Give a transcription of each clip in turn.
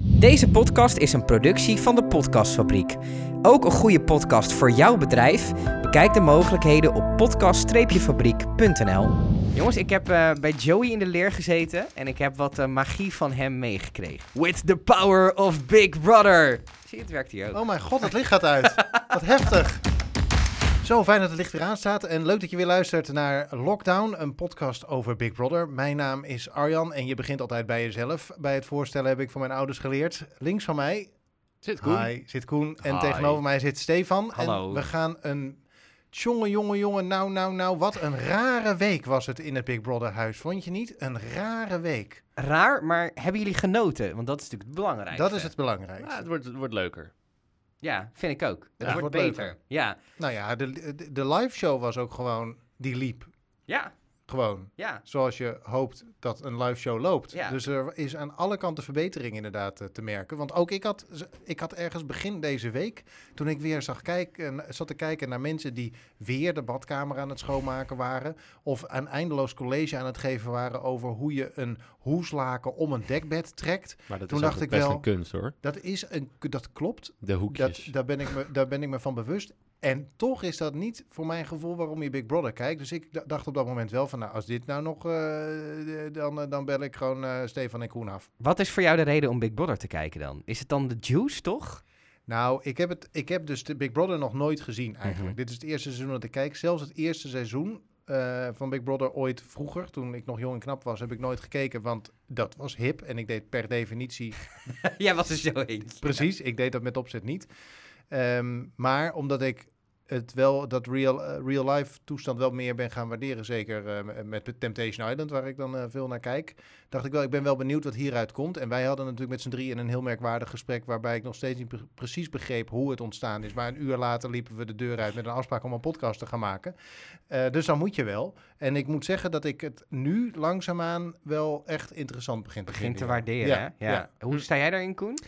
Deze podcast is een productie van de Podcastfabriek. Ook een goede podcast voor jouw bedrijf? Bekijk de mogelijkheden op podcast-fabriek.nl. Jongens, ik heb eh, bij Joey in de leer gezeten en ik heb wat eh, magie van hem meegekregen. With the power of Big Brother. Zie je, het werkt hier ook. Oh mijn god, het licht gaat uit. Wat heftig. Zo fijn dat het licht weer aan staat. En leuk dat je weer luistert naar Lockdown, een podcast over Big Brother. Mijn naam is Arjan en je begint altijd bij jezelf. Bij het voorstellen heb ik van mijn ouders geleerd. Links van mij Zit goed. hi, zit Koen en Hi. tegenover mij zit Stefan. Hallo. En we gaan een... Jongen, jongen, jongen, nou, nou, nou, wat een rare week was het in het Big Brother huis. Vond je niet? Een rare week. Raar, maar hebben jullie genoten? Want dat is natuurlijk het belangrijkste. Dat is het Ja, belangrijkste. het, wordt, het wordt leuker. Ja, vind ik ook. Het het wordt wordt beter. leuker. Ja, Nou ja, de, de, de live show was ook gewoon, die liep. ja, Gewoon. ja. zoals je hoopt dat een live show loopt. Ja. Dus er is aan alle kanten verbetering inderdaad eh, te merken. Want ook ik had, z- ik had ergens begin deze week, toen ik weer zag kijken, eh, zat te kijken naar mensen die weer de badkamer aan het schoonmaken waren. Of een eindeloos college aan het geven waren over hoe je een hoeslaken om een dekbed trekt. Maar dat Toen is dacht ook ik best wel- een kunst hoor. Dat, is een, dat klopt, De hoekjes. dat, daar, ben ik me, daar ben ik me van bewust. En toch is dat niet voor mijn gevoel waarom je Big Brother kijkt. Dus ik d- dacht op dat moment wel van, nou, als dit nou nog, eh, eh, dan, eh, dan bel ik gewoon eh, Stefan en Koen af. Wat is voor jou de reden om Big Brother te kijken dan? Is het dan de juice, toch? Nou, ik heb, het, ik heb dus de Big Brother nog nooit gezien Mhm. eigenlijk. Dit is het eerste seizoen dat ik kijk. Zelfs het eerste seizoen eh, van Big Brother ooit vroeger, toen ik nog jong en knap was, heb ik nooit gekeken. Want dat was hip en ik deed per definitie Jij was er zo eentje. Precies, ik deed dat met opzet niet. Ehm, maar omdat ik het wel, dat real, eh, real life toestand wel meer ben gaan waarderen, zeker eh, met de Temptation Island, waar ik dan eh, veel naar kijk, dacht ik wel, ik ben wel benieuwd wat hieruit komt. En wij hadden natuurlijk met z'n drieën een heel merkwaardig gesprek, waarbij ik nog steeds niet pre- precies begreep hoe het ontstaan is. Maar een uur later liepen we de deur uit met een afspraak om een podcast te gaan maken. Eh, dus dan moet je wel. En ik moet zeggen dat ik het nu langzaamaan wel echt interessant begin te Begin te vinden, ja. waarderen, Ja, hè? Ja. ja. Hoe sta jij daarin, Koen?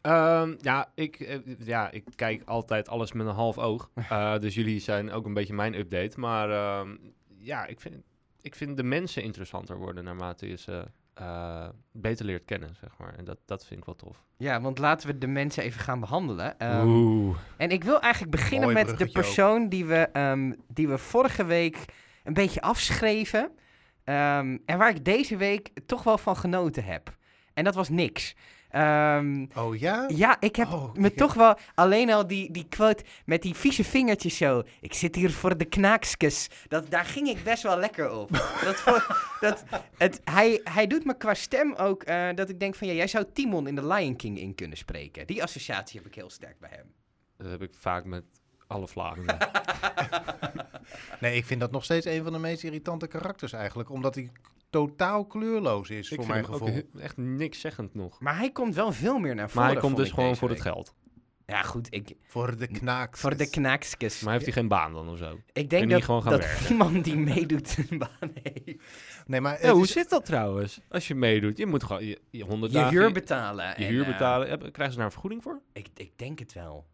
Ehm, ja, ik, eh, ja, ik kijk altijd alles met een half oog. Eh, dus jullie zijn ook een beetje mijn update. Maar ehm, ja, ik vind, ik vind de mensen interessanter worden naarmate je ze eh, beter leert kennen, zeg maar. En dat, dat vind ik wel tof. Ja, want laten we de mensen even gaan behandelen. Ehm, Oeh. en ik wil eigenlijk beginnen Mooi met de bruggetje ook. persoon die we, ehm, die we vorige week een beetje afschreven. Ehm, en waar ik deze week toch wel van genoten heb. En dat was niks. Ehm, Oh ja? ja, ik heb Oh, me ik- toch wel... Alleen al die, die quote met die vieze vingertjes zo. Ik zit hier voor de knaakskes. Dat, daar ging ik best wel lekker op. dat voor, dat, het, hij, hij doet me qua stem ook eh, dat ik denk van... Ja, jij zou Timon in The Lion King in kunnen spreken. Die associatie heb ik heel sterk bij hem. Dat heb ik vaak met alle vlagen. Nee, ik vind dat nog steeds een van de meest irritante karakters eigenlijk. Omdat hij totaal kleurloos is, ik voor vind mijn hem gevoel. ook he- echt niks zeggend nog. Maar hij komt wel veel meer naar voren. Maar hij komt vond dus ik gewoon deze voor het week. geld. Ja, goed. Ik, Voor de knaak. voor de knaakskes. Maar heeft hij geen baan dan of zo? ik kan denk hij dat, gewoon gaan dat werken? niemand die meedoet een baan heeft. Nee, maar het Ja, hoe is- zit dat trouwens? Als je meedoet, je moet gewoon je, je 100 Je dagen huur betalen. je en, huur eh, betalen. Hebben- Krijgen ze daar een vergoeding voor? ik, ik denk het wel.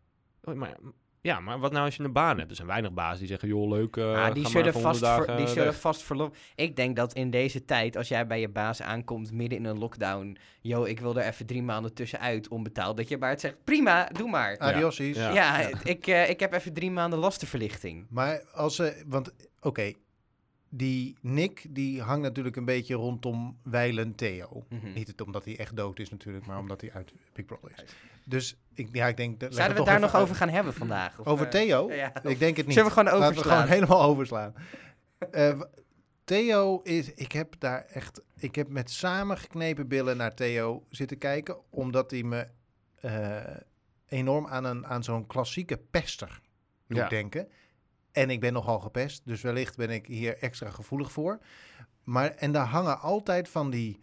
Oh, maar, ja, maar wat nou als je een baan hebt? Er zijn weinig bazen die zeggen, joh, leuk, eh ah, die ga zullen maar voor 100 vast, ver- dagen die zullen weg. vast verlopen. Ik denk dat in deze tijd, als jij bij je baas aankomt midden in een lockdown. Yo, ik wil er even drie maanden tussenuit onbetaald. Dat je baard zegt, prima, doe maar. Ah, Adios is. Ja. ja, het- Ik, eh, ik heb even drie maanden lastenverlichting. Maar als ze... Want, oké. die Nick, die hangt natuurlijk een beetje rondom Weilen Theo. Mhm. Niet omdat hij echt dood is natuurlijk, maar omdat hij uit Big Brother is. Dus ik, ja, ik denk... dat- Zouden leg we het het toch daar nog even over uit. gaan hebben vandaag? Of, Over eh, Theo? ja. Ik denk het niet. Zullen we gewoon Laten we overslaan? gewoon helemaal overslaan. Eh, w- Theo is, ik heb daar echt, ik heb met samengeknepen billen naar Theo zitten kijken, omdat hij me eh, enorm aan, een, aan zo'n klassieke pester doet Ja. denken. En ik ben nogal gepest, dus wellicht ben ik hier extra gevoelig voor. Maar, en daar hangen altijd van die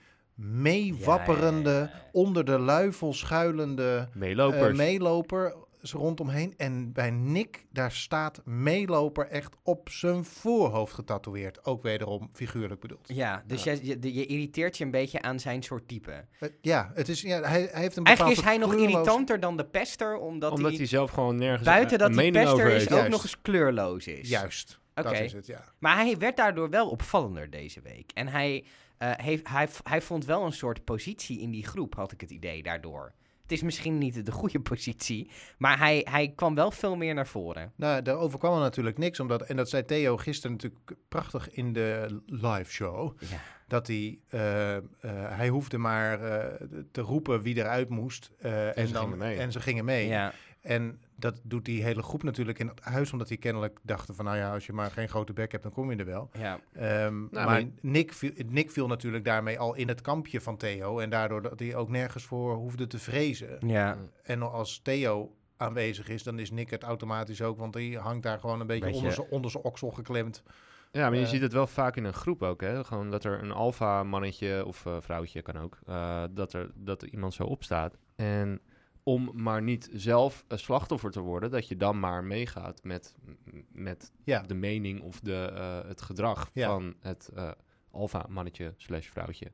meewapperende, Ja, ja, ja, ja. onder de luifel schuilende Meelopers. eh, meeloper is rondomheen. En bij Nick, daar staat meeloper echt op zijn voorhoofd getatoeëerd. Ook wederom figuurlijk bedoeld. Ja, dus Jij, je, de- je irriteert je een beetje aan zijn soort type. Eh, ja, het is, ja hij, hij heeft een Eigenlijk is bepaald hij nog kleurloos- irritanter dan de pester, omdat, Omdat hij hij, zelf gewoon nergens buiten een- dat een hij mening pester over is, heeft. ook Juist. nog eens kleurloos is. Juist, Oké. dat is het, ja. Maar hij werd daardoor wel opvallender deze week. En hij, eh, heeft, hij, v- hij vond wel een soort positie in die groep, had ik het idee, daardoor. Het is misschien niet de goede positie, maar hij, hij kwam wel veel meer naar voren. Nou, daar overkwam er natuurlijk niks. Omdat, en dat zei Theo gisteren natuurlijk prachtig in de live show. Ja. Dat hij, eh, eh, hij hoefde maar eh, te roepen wie eruit moest. eh, en, ze dan, gingen mee. en ze gingen mee. Ja. En dat doet die hele groep natuurlijk in het huis. Omdat die kennelijk dachten van, nou ja, als je maar geen grote bek hebt, dan kom je er wel. Ja. Ehm, maar Nou, maar- Nick, viel, Nick viel natuurlijk daarmee al in het kampje van Theo. En daardoor dat hij ook nergens voor hoefde te vrezen. ja. En als Theo aanwezig is, dan is Nick het automatisch ook. Want die hangt daar gewoon een beetje, Beetje- onder zijn- onder zijn oksel geklemd. Ja, maar je Eh. ziet het wel vaak in een groep ook. Hè? Gewoon dat er een alfa mannetje of eh, vrouwtje kan ook. eh, dat, er, dat er iemand zo opstaat. En om maar niet zelf een slachtoffer te worden, dat je dan maar meegaat met, m- met Ja. de mening of de, eh, het gedrag Ja. van het eh alfa mannetje slash vrouwtje.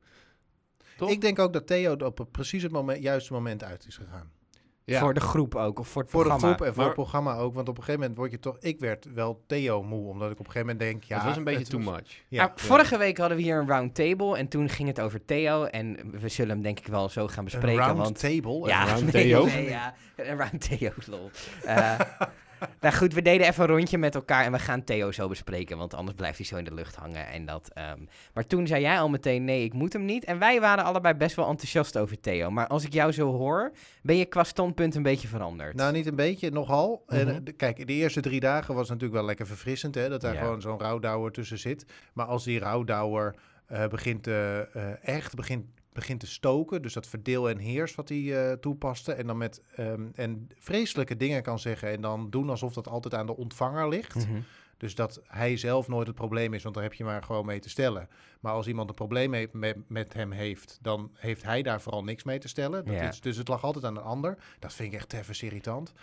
Toch? Ik denk ook dat Theo er op het- precies het moment, juiste moment uit is gegaan. Ja. Voor de groep ook, of voor het Voor de programma. groep en voor Maar- het programma ook. Want op een gegeven moment word je toch... Ik werd wel Theo moe, omdat ik op een gegeven moment denk... Ja, het was een beetje het too was- much. Ja, Nou, vorige week hadden we hier een roundtable en toen ging het over Theo. En we zullen hem denk ik wel zo gaan een bespreken. round want table. ja, round nee, Theo? nee, ja, een round Theo, lol. Eh, nou goed, we deden even een rondje met elkaar en we gaan Theo zo bespreken. Want anders blijft hij zo in de lucht hangen. En dat, ehm, Maar toen zei jij al meteen, nee, ik moet hem niet. En wij waren allebei best wel enthousiast over Theo. Maar als ik jou zo hoor, ben je qua standpunt een beetje veranderd. Nou, niet een beetje, nogal. En, Mhm. eh, de- kijk, de eerste drie dagen was natuurlijk wel lekker verfrissend, hè, dat daar Ja. gewoon zo'n rouwdouwer tussen zit. Maar als die rouwdouwer eh, begint te, eh, echt begint, begint te stoken, dus dat verdeel en heers wat hij eh, toepaste, en dan met ehm, en vreselijke dingen kan zeggen en dan doen alsof dat altijd aan de ontvanger ligt. Mhm. Dus dat hij zelf nooit het probleem is, want daar heb je maar gewoon mee te stellen. Maar als iemand een probleem heeft met, met hem heeft, dan heeft hij daar vooral niks mee te stellen. Dat Ja. is, dus het lag altijd aan een ander. Dat vind ik echt even irritant.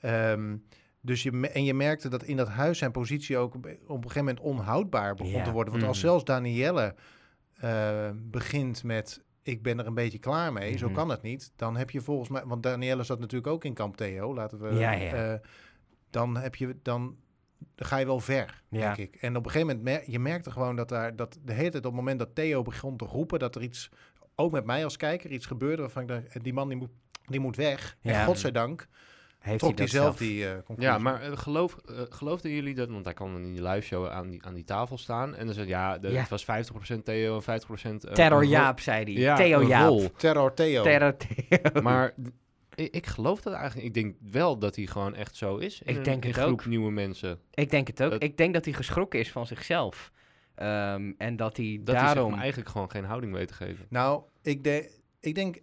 Ehm, dus je, me- en je merkte dat in dat huis zijn positie ook op een gegeven moment onhoudbaar begon Ja. Mm. te worden. Want als Mhm. zelfs Danielle eh, begint met ik ben er een beetje klaar mee, zo Mhm. kan het niet. Dan heb je volgens mij, want Danielle zat natuurlijk ook in kamp Theo, laten we... Ja, ja. eh, dan heb je, dan, dan ga je wel ver, Ja. denk ik. En op een gegeven moment, mer- je merkte gewoon dat daar, dat de hele tijd op het moment dat Theo begon te roepen, dat er iets, ook met mij als kijker, iets gebeurde waarvan ik dacht, eh, die man die moet, die moet weg. Ja. En godzijdank Heeft trok hij dat zelf die eh, conclusie. Ja, maar eh, geloof, eh, geloofden jullie dat? Want hij kan in die live show aan die, aan die tafel staan. En dan zei ja, de- Ja. het was 50% Theo en 50% eh, Terror een rol- Jaap, zei hij. Ja, Theo een Jaap. rol. Terror Theo. Terror Theo. Maar d- ik, ik geloof dat eigenlijk. Ik denk wel dat hij gewoon echt zo is. in Ik een- denk in het groep ook. nieuwe mensen. Ik denk het ook. Dat- Ik denk dat hij geschrokken is van zichzelf. Ehm, en dat hij Dat hij zich daarom... maar eigenlijk gewoon geen houding weet te geven. Nou, ik, de, ik denk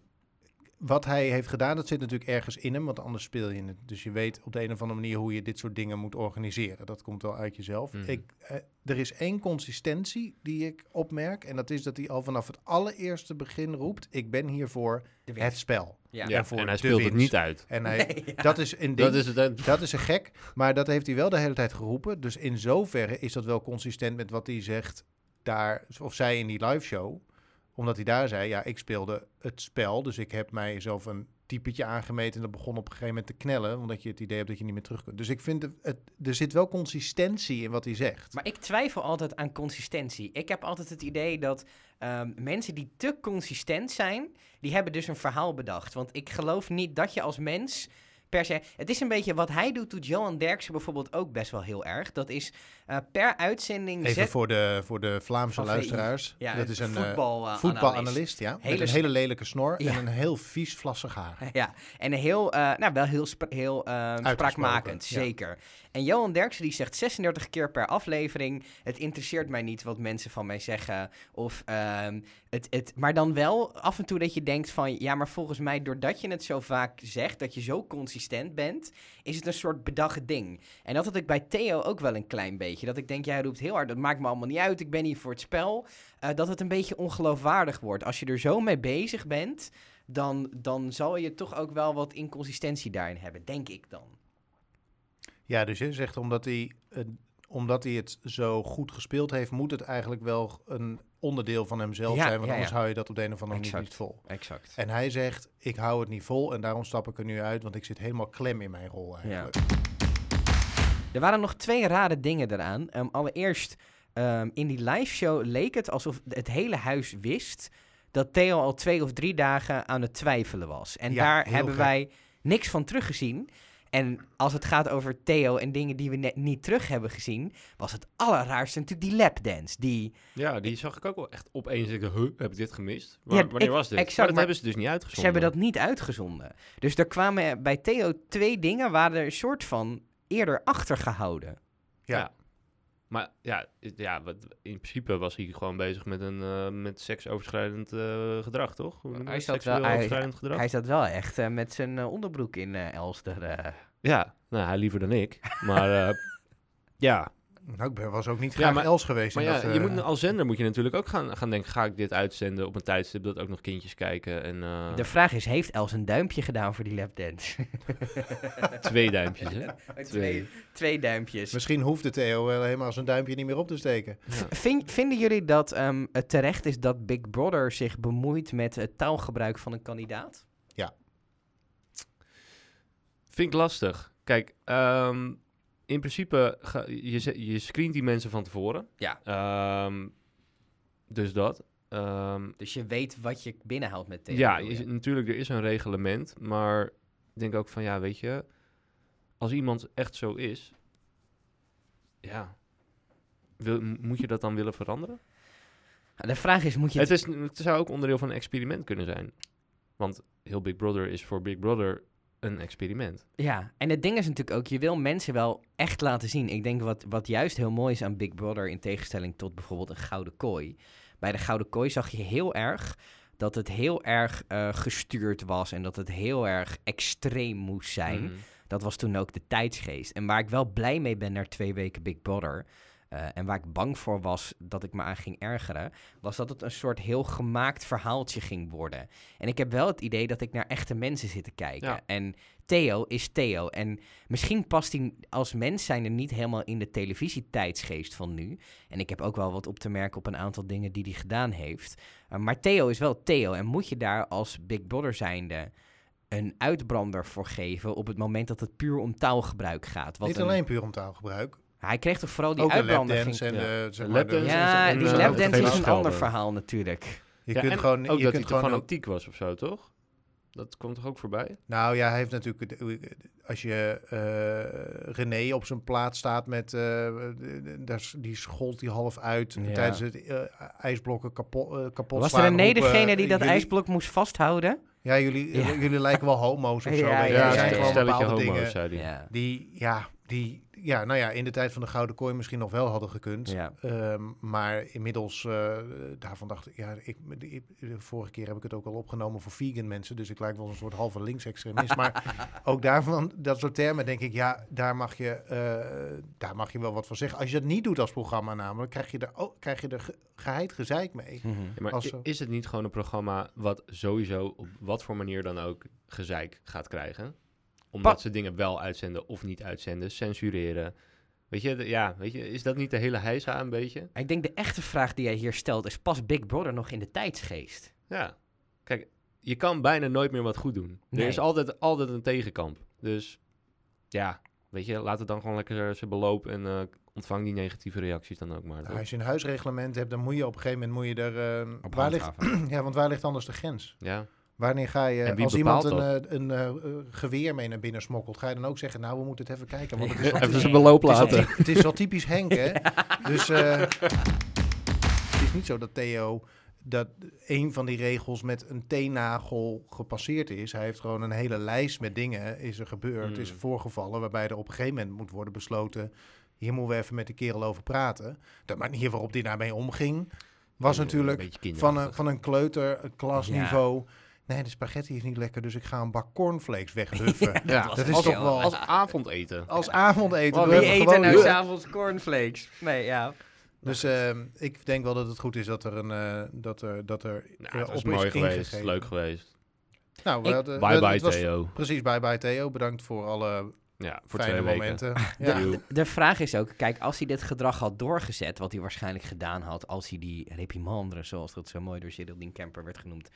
wat hij heeft gedaan, dat zit natuurlijk ergens in hem, want anders speel je het. Dus je weet op de een of andere manier hoe je dit soort dingen moet organiseren. Dat komt wel uit jezelf. Mhm. Ik, eh, er is één consistentie die ik opmerk, en dat is dat hij al vanaf het allereerste begin roept: Ik ben hier voor De winst. het spel. Ja. Ja. voor en hij de speelt het winst. niet uit. En hij, Nee, ja. dat is een ding. Dat is het. eh, Dat is een gek, maar dat heeft hij wel de hele tijd geroepen. Dus in zoverre is dat wel consistent met wat hij zegt daar, of zij in die live show. Omdat hij daar zei, ja, ik speelde het spel, dus ik heb mijzelf een typetje aangemeten en dat begon op een gegeven moment te knellen, omdat je het idee hebt dat je niet meer terug kunt. Dus ik vind, het, het- er zit wel consistentie in wat hij zegt. Maar ik twijfel altijd aan consistentie. Ik heb altijd het idee dat ehm, mensen die te consistent zijn, die hebben dus een verhaal bedacht. Want ik geloof niet dat je als mens per se... Het is een beetje wat hij doet, doet Johan Derksen bijvoorbeeld ook best wel heel erg. Dat is eh, per uitzending... Even zet- voor de, voor de Vlaamse Van VI. luisteraars. Ja, dat is een eh, voetbalanalist. voetbalanalist, ja. Hele met s- een hele lelijke snor Ja. en een heel vies vlassig haar. Ja, en een heel, eh, nou wel heel, spra- heel eh, spraakmakend, ja. zeker. En Johan Derksen die zegt 36 keer per aflevering: Het interesseert mij niet wat mensen van mij zeggen. Of, ehm, het, het, maar dan wel af en toe dat je denkt: van ja, maar volgens mij, doordat je het zo vaak zegt, dat je zo consistent bent, is het een soort bedacht ding. En dat had ik bij Theo ook wel een klein beetje. Dat ik denk: jij roept heel hard, dat maakt me allemaal niet uit, ik ben hier voor het spel. Eh, dat het een beetje ongeloofwaardig wordt. Als je er zo mee bezig bent dan, dan zal je toch ook wel wat inconsistentie daarin hebben, denk ik dan. Ja, dus je zegt omdat hij, eh, omdat hij het zo goed gespeeld heeft, moet het eigenlijk wel een onderdeel van hemzelf Ja, zijn. Want ja, anders ja. hou je dat op de een of andere manier Exact. niet vol. Exact. En hij zegt, ik hou het niet vol en daarom stap ik er nu uit, want ik zit helemaal klem in mijn rol eigenlijk. Er waren nog twee rare dingen eraan. Ehm, allereerst, ehm, in die live show leek het alsof het hele huis wist dat Theo al twee of drie dagen aan het twijfelen was. En Ja, daar heel hebben gek. wij niks van teruggezien. En als het gaat over Theo en dingen die we net niet terug hebben gezien, was het allerraarste natuurlijk die lapdance. Die, Ja, die zag ik ook wel echt opeens. Ik dacht, huh, heb ik dit gemist? Waar- Ja, wanneer ik- was dit? exact, maar dat maar hebben ze dus niet uitgezonden. ze hebben dat niet uitgezonden. Dus er kwamen eh, bij Theo twee dingen, waren er een soort van eerder achtergehouden. Ja. Ja. Maar ja, i- ja wat, in principe was hij gewoon bezig met, een, eh, met seksoverschrijdend eh, gedrag, toch? Hoe noem je Hij dat? zat wel- Seksueel hij- overschrijdend gedrag? Hij zat wel echt eh, met zijn eh, onderbroek in eh, Elster. eh. Ja, nou, hij liever dan ik. Maar eh, ja, Nou, ik ben, was ook niet graag maar- Els geweest. maar in ja dat, je eh, moet, als zender moet je natuurlijk ook gaan, gaan denken... ga ik dit uitzenden op een tijdstip dat ook nog kindjes kijken? En eh, De vraag is, heeft Els een duimpje gedaan voor die lapdance? twee duimpjes, hè? Twee. twee, twee duimpjes. Misschien hoefde Theo wel helemaal zijn duimpje niet meer op te steken. Ja. Vind- vinden jullie dat ehm, het terecht is dat Big Brother zich bemoeit met het taalgebruik van een kandidaat? Vind ik lastig. Kijk, ehm, in principe, ga, je, ze- je screent die mensen van tevoren. Ja. Ehm, dus dat. Ehm, Dus je weet wat je binnenhaalt met Theo. ja, bedoel is- je? natuurlijk, er is een reglement. Maar ik denk ook van, ja, weet je... Als iemand echt zo is... Ja... Wil, m- moet je dat dan willen veranderen? Ah, De vraag is, moet je het... Het, is, het zou ook onderdeel van een experiment kunnen zijn. Want heel Big Brother is voor Big Brother een experiment. Ja, en het ding is natuurlijk ook, je wil mensen wel echt laten zien. Ik denk wat, wat juist heel mooi is aan Big Brother, in tegenstelling tot bijvoorbeeld een Gouden Kooi. Bij de Gouden Kooi zag je heel erg dat het heel erg eh, gestuurd was en dat het heel erg extreem moest zijn. Mhm. Dat was toen ook de tijdsgeest. En waar ik wel blij mee ben naar twee weken Big Brother. eh, en waar ik bang voor was dat ik me aan ging ergeren, was dat het een soort heel gemaakt verhaaltje ging worden. En ik heb wel het idee dat ik naar echte mensen zit te kijken. Ja. En Theo is Theo. En misschien past hij als mens zijn er niet helemaal in de televisietijdsgeest van nu. En ik heb ook wel wat op te merken op een aantal dingen die hij gedaan heeft. Uh, maar Theo is wel Theo. En moet je daar als Big Brother zijnde een uitbrander voor geven op het moment dat het puur om taalgebruik gaat. Wat niet een- alleen puur om taalgebruik. Hij kreeg toch vooral die Ook de uitbrander. lapdance en eh, ging- de... Zeg De maar de- lapdance Ja, en, die eh, lapdance vervelend is een schelden. ander verhaal natuurlijk. Je Ja, kunt en gewoon... ook je kunt dat hij te gewoon ook- fanatiek was of zo, toch? Dat komt toch ook voorbij? Nou ja, hij heeft natuurlijk... Als je eh, René op zijn plaat staat met... eh, de- daar s- die scholt die half uit Ja. tijdens het eh, ijsblokken kapot, eh, kapot Was slaan, René roepen, eh, degene die dat jullie- ijsblok moest vasthouden? Ja, jullie, eh, Ja. jullie lijken wel homo's of zo. Ja, weet je. ja, Er ja, zijn ja. gewoon stelletje bepaalde homo's, dingen zei hij. Ja. die... Ja, die... Ja, nou ja, in de tijd van de Gouden Kooi misschien nog wel hadden gekund. ja. Ehm, maar inmiddels, eh, daarvan dacht ik, ja, ik, de, de vorige keer heb ik het ook al opgenomen voor vegan mensen, dus ik lijk wel een soort halve linksextremist. maar ook daarvan, dat soort termen, denk ik, ja, daar mag, je, eh, daar mag je wel wat van zeggen. Als je dat niet doet als programma namelijk, krijg je er, ook krijg je er ge- geheid gezeik mee. Mhm. Ja, maar Als i- zo. is het niet gewoon een programma wat sowieso op wat voor manier dan ook gezeik gaat krijgen? Omdat Pa- ze dingen wel uitzenden of niet uitzenden, censureren. Weet je, de- ja, weet je, is dat niet de hele heisa een beetje? Ik denk de echte vraag die jij hier stelt is, past Big Brother nog in de tijdsgeest? Ja. Kijk, je kan bijna nooit meer wat goed doen. Nee. Er is altijd, altijd een tegenkamp. Dus ja, weet je, laat het dan gewoon lekker zijn beloop en eh, ontvang die negatieve reacties dan ook maar. Nou, als je een huisreglement hebt, dan moet je op een gegeven moment moet je er. ehm, Op waar ligt, handhaven. ja, want waar ligt anders de grens? Ja. Wanneer ga je, En wie als iemand een, bepaalt eh, een eh, eh, geweer mee naar binnen smokkelt, ga je dan ook zeggen, nou, we moeten het even kijken, want het is wel Even zijn beloop Het is wel typ- Het is wel typisch Henk, hè? Dus eh, het is niet zo dat Theo dat een van die regels met een teennagel gepasseerd is. Hij heeft gewoon een hele lijst met dingen is er gebeurd, Mm. Hmm. is er voorgevallen, waarbij er op een gegeven moment moet worden besloten. Hier moeten we even met de kerel over praten. De manier waarop die daarmee omging, was natuurlijk van een, van een kleuter, een klasniveau. Nee, de spaghetti is niet lekker, dus ik ga een bak cornflakes weghuffen. Ja, was dat het is wel. toch wel- Als avondeten. Als avondeten. Wat, doe Wie even eet er gewoon- nou s'avonds cornflakes? Nee, ja. Nou, Dus ehm, ik denk wel dat het goed is dat er een eh, dat er dat er Nou, eh, het was op is mooi geweest, ingegeven. leuk geweest. Nou, we Ik- hadden- bye we- bye het was- Theo. Precies, bye bye Theo. Bedankt voor alle Ja, voor fijne twee weken. momenten. Ja. Ja. De vraag is ook, kijk, als hij dit gedrag had doorgezet, wat hij waarschijnlijk gedaan had als hij die reprimandre, zoals dat zo mooi door Geraldine Kemper werd genoemd,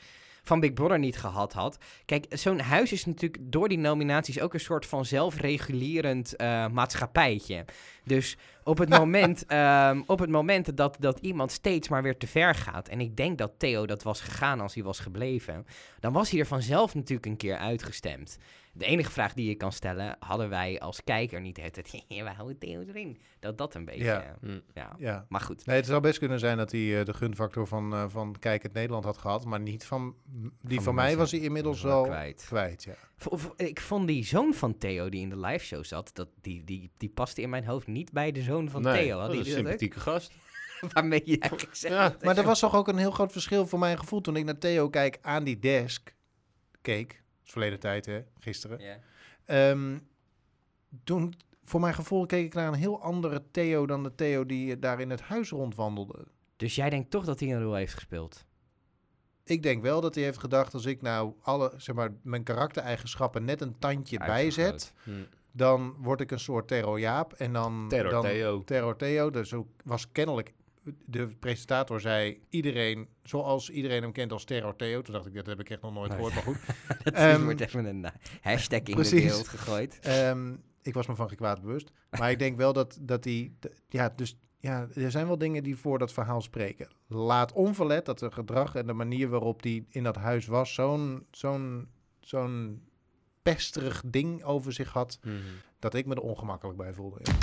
van Big Brother niet gehad had. Kijk, zo'n huis is natuurlijk door die nominaties ook een soort van zelfregulerend eh, maatschappijtje. Dus op het, moment, ehm, op het moment dat, dat iemand steeds maar weer te ver gaat, en ik denk dat Theo dat was gegaan als hij was gebleven, dan was hij er vanzelf natuurlijk een keer uitgestemd. De enige vraag die je kan stellen, hadden wij als kijker niet het, het we houden Theo erin. Dat dat een beetje, Ja. eh, Hm. ja. Ja. Maar goed, Nee, het zou best kunnen zijn dat hij eh, de gunfactor van, eh, van Kijk het Nederland had gehad, maar niet van... Die de van, mij mensen. was hij inmiddels Dat was wel wel kwijt. kwijt. ja. V- of- ik vond die zoon van Theo die in de liveshow zat, dat, die, die, die paste in mijn hoofd niet bij de zoon van Nee, Theo. Had dat is die een sympathieke gast. Waarmee je eigenlijk zegt. Ja, dat Maar hij- er was toch ook een heel groot verschil voor mijn gevoel toen ik naar Theo kijk aan die desk. Keek, dat is verleden tijd hè, gisteren. Ja. Ehm, toen, voor mijn gevoel, keek ik naar een heel andere Theo dan de Theo die eh, daar in het huis rondwandelde. Dus jij denkt toch dat hij een rol heeft gespeeld? Ik denk wel dat hij heeft gedacht, als ik nou alle, zeg maar, mijn karaktereigenschappen net een tandje bijzet, Hm. dan word ik een soort Terror Jaap. En dan, Terror dan Theo. Terror Theo. Dus ook was kennelijk, de presentator zei, iedereen, zoals iedereen hem kent als Terror Theo. Toen dacht ik, dat heb ik echt nog nooit Nee. gehoord, maar goed. Dat Ehm, wordt even een eh, hashtag in de precies. wereld gegooid. Ehm, ik was me van geen kwaad bewust. Maar ik denk wel dat, dat die... d- Ja, dus ja, er zijn wel dingen die voor dat verhaal spreken. Laat onverlet dat het gedrag en de manier waarop die in dat huis was... zo'n zo'n zo'n pesterig ding over zich had... Mhm. dat ik me er ongemakkelijk bij voelde. ja.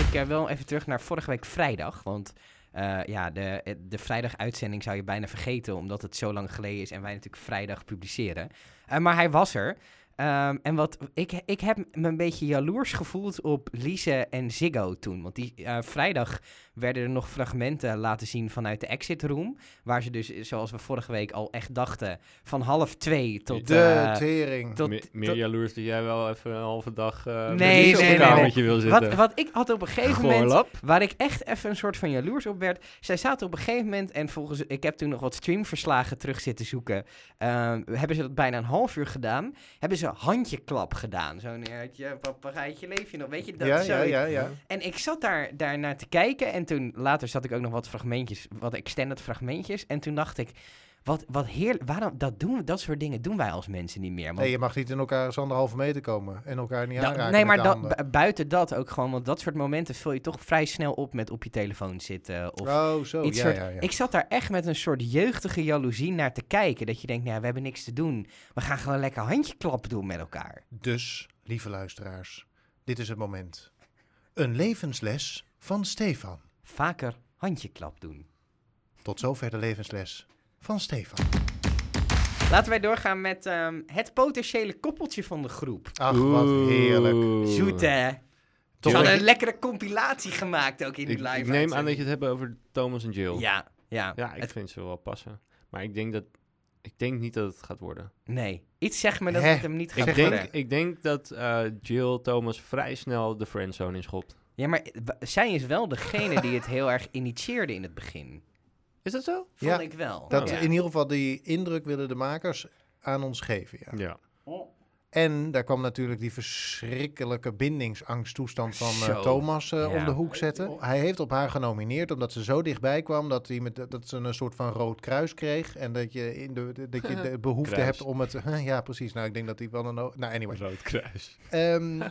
Ik eh, wil even terug naar vorige week vrijdag, want... eh, ja, de, de vrijdaguitzending zou je bijna vergeten, omdat het zo lang geleden is en wij natuurlijk vrijdag publiceren. Eh, maar hij was er. Ehm, en wat, ik, ik heb me een beetje jaloers gevoeld op Lise en Ziggo toen. Want die, eh, vrijdag werden er nog fragmenten laten zien vanuit de exit room. Waar ze dus, eh, zoals we vorige week al echt dachten, van half twee tot... De eh, tering. tot- Me- meer tot- jaloers dat jij wel even een halve dag eh, met Nee, iets op nee, een nee, nee. kamertje wil zitten. wat, wat ik had op een gegeven moment... Goorlap. Waar ik echt even een soort van jaloers op werd. Zij zaten op een gegeven moment, en volgens. Ik heb toen nog wat streamverslagen terug zitten zoeken. Ehm, hebben ze dat bijna een half uur gedaan? Hebben ze handjeklap gedaan? Zo'n eh, heertje, papagaaitje, leef je nog? Weet je dat? ja, ja, zoiets. ja, ja. En ik zat daar, daar naar te kijken. En toen later zat ik ook nog wat fragmentjes, wat extended fragmentjes. En toen dacht ik. Wat, wat heerlijk, waarom dat, doen we, dat soort dingen doen wij als mensen niet meer? Want- Nee, je mag niet in elkaar eens anderhalve meter komen... en elkaar niet nou, aanraken nee, met maar de dat, handen. bu- buiten dat ook gewoon, want dat soort momenten vul je toch vrij snel op met op je telefoon zitten. Of Oh, zo, iets ja, soort- ja, ja. Ik zat daar echt met een soort jeugdige jaloezie naar te kijken. Dat je denkt, nou ja, we hebben niks te doen. We gaan gewoon lekker handjeklap doen met elkaar. Dus, lieve luisteraars, dit is het moment. Een levensles van Stefan. Vaker handjeklap doen. Tot zover de levensles van Stefan. Laten wij doorgaan met ehm, het potentiële koppeltje van de groep. Ach, wat heerlijk. Zoet, hè? Ze Toch hadden een- een lekkere compilatie gemaakt ook in Ik, die ik live neem aan dat uitzending. je het hebt over Thomas en Jill. Ja, ja. Ja, ik Het- vind ze wel passen. Maar ik denk dat... Ik denk niet dat het gaat worden. nee, iets zegt me dat Hè? het hem niet gaat Ik Zeg denk, worden. maar. ik denk dat eh, Jill Thomas vrij snel de friendzone inschopt. Ja, maar w- zij is wel degene die het heel erg initieerde in het begin. Is dat zo? Vond Ja, ik wel. Dat ja. in ieder geval die indruk willen de makers aan ons geven. Ja. Ja. En daar kwam natuurlijk die verschrikkelijke bindingsangsttoestand van eh, Zo. Thomas eh, Ja. oh. om de hoek zetten. Hij heeft op haar genomineerd omdat ze zo dichtbij kwam dat, hij met, dat ze een soort van rood kruis kreeg. En dat je, in de, dat je de behoefte Kruis. hebt om het... ja, precies. Nou, ik denk dat hij wel een... o- Nou, anyway. Rood kruis. Ehm,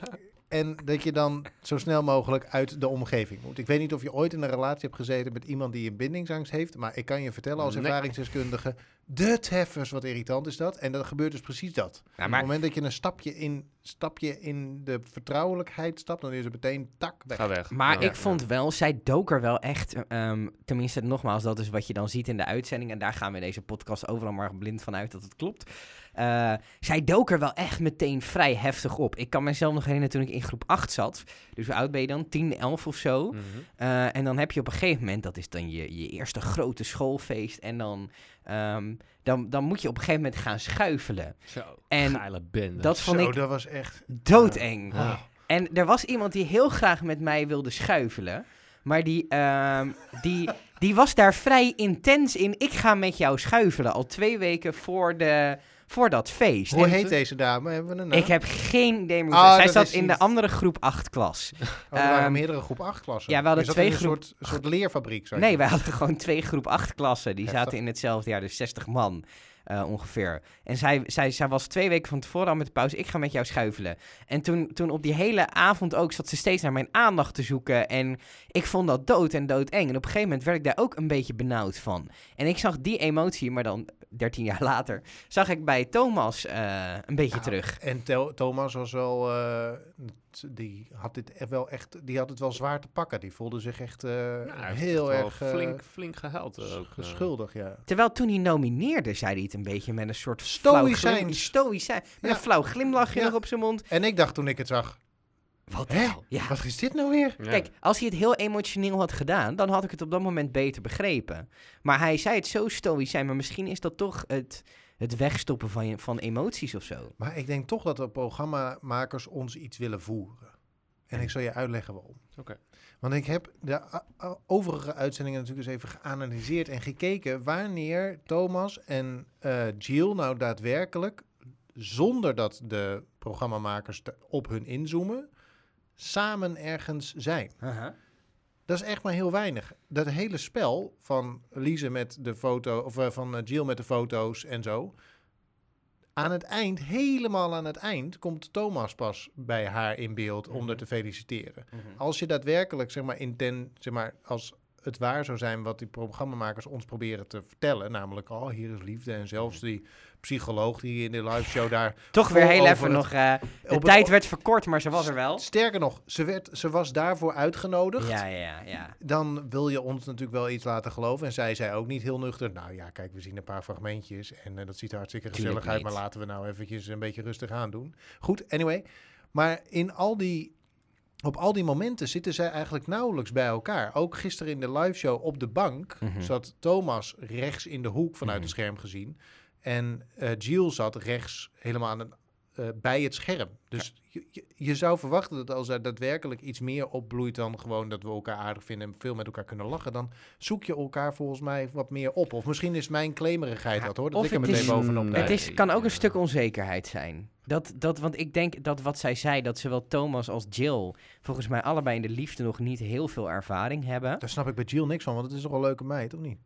en dat je dan zo snel mogelijk uit de omgeving moet. Ik weet niet of je ooit in een relatie hebt gezeten met iemand die een bindingsangst heeft. Maar ik kan je vertellen als Nee. ervaringsdeskundige. De treffers, wat irritant is dat. En dan gebeurt dus precies dat. Nou, Op het maar moment dat je een stapje in, stapje in de vertrouwelijkheid stapt, dan is het meteen tak weg. Ga weg. Maar Ja. ik vond wel, zij dook er wel echt. ehm, tenminste, nogmaals, dat is wat je dan ziet in de uitzending. En daar gaan we in deze podcast overal maar blind van uit dat het klopt. Eh, zij dook er wel echt meteen vrij heftig op. Ik kan mezelf nog herinneren toen ik in groep 8 zat. Dus hoe oud ben je dan? 10, 11 of zo. Mhm. Eh, en dan heb je op een gegeven moment, dat is dan je, je eerste grote schoolfeest. En dan, ehm, dan, dan moet je op een gegeven moment gaan schuifelen. Zo. En Geile bende. Dat vond Zo, ik dat was echt... doodeng. Ja. Oh. En er was iemand die heel graag met mij wilde schuifelen. Maar die, ehm, die, die was daar vrij intens in. Ik ga met jou schuifelen. Al twee weken voor, de, voor dat feest. Hoe En heet toen- deze dame? Hebben we een naam? Ik heb geen idee meer. hoe- Ah, Zij dat zat is in de iets- andere groep 8 klas. Oh, er waren ehm, meerdere groep 8 klassen. ja, we hadden Is dat twee een groep- soort, soort leerfabriek. zou je Nee, wij hadden gewoon twee groep 8 klassen. Die Heftig. zaten in hetzelfde jaar, dus 60 man. Eh, eh, ongeveer. En zij, zij, zij was twee weken van tevoren al met de pauze, ik ga met jou schuifelen. En toen, toen op die hele avond ook zat ze steeds naar mijn aandacht te zoeken. En ik vond dat dood en doodeng. En op een gegeven moment werd ik daar ook een beetje benauwd van. En ik zag die emotie, maar dan 13 jaar later, zag ik bij Thomas eh, een beetje Ja, terug. En Theo- Thomas was wel, eh, t- die had dit echt wel echt, die had het wel zwaar te pakken. Die voelde zich echt eh, Nou, hij heeft heel echt wel erg eh, flink, flink flink gehuild. eh, ook, eh. schuldig, ja. Terwijl toen hij nomineerde, zei hij het een beetje met een soort Stoïcijns. Flauw glim- stoïcijn. Met Ja. een flauw glimlachje Ja. nog op zijn mond. En ik dacht toen ik het zag, Wat Hè? hel? Ja. wat is dit nou weer? eh. Ja. Kijk, als hij het heel emotioneel had gedaan, dan had ik het op dat moment beter begrepen. Maar hij zei het zo stoïcijn, maar misschien is dat toch het, het wegstoppen van, je, van emoties of zo. Maar ik denk toch dat de programmamakers ons iets willen voeren. En ik zal je uitleggen waarom. Oké. Want ik heb de a- a- overige uitzendingen natuurlijk eens even geanalyseerd en gekeken wanneer Thomas en eh Jill nou daadwerkelijk, zonder dat de programmamakers te- op hun inzoomen, samen ergens zijn. Dat is echt maar heel weinig. Dat hele spel van Lise met de foto, of eh, van eh, Jill met de foto's en zo. Aan het eind, helemaal aan het eind, komt Thomas pas bij haar in beeld om Mhm. haar te feliciteren. Mhm. Als je daadwerkelijk, zeg maar, inten, zeg maar, als het waar zou zijn wat die programmamakers ons proberen te vertellen, namelijk, oh, hier is liefde en zelfs die psycholoog die in de live show daar Toch weer Vol heel over even het- nog. eh, de het- tijd werd verkort, maar ze was er wel. Sterker nog, ze, werd, ze was daarvoor uitgenodigd. Ja, ja, ja, ja. dan wil je ons natuurlijk wel iets laten geloven. En zij zei ook niet heel nuchter. Nou ja, kijk, we zien een paar fragmentjes. En eh, dat ziet er hartstikke Tuurlijk gezellig uit. niet. Maar laten we nou eventjes een beetje rustig aan doen. Goed, anyway. Maar in al die, op al die momenten zitten zij eigenlijk nauwelijks bij elkaar. Ook gisteren in de liveshow op de bank Mhm. zat Thomas rechts in de hoek vanuit het scherm gezien. En eh Giel zat rechts helemaal aan een, eh, bij het scherm. Dus je, je, je zou verwachten dat als er daadwerkelijk iets meer opbloeit dan gewoon dat we elkaar aardig vinden en veel met elkaar kunnen lachen, dan zoek je elkaar volgens mij wat meer op. Of misschien is mijn klemerigheid Ja, dat hoor, of dat ik hem het meteen is- bovenop Mm, neem. het Nee, is, kan ook een ja. stuk onzekerheid zijn. Dat, dat, want ik denk dat wat zij zei, dat zowel Thomas als Jill volgens mij allebei in de liefde nog niet heel veel ervaring hebben. Daar snap ik bij Jill niks van, want het is toch wel een leuke meid, of niet?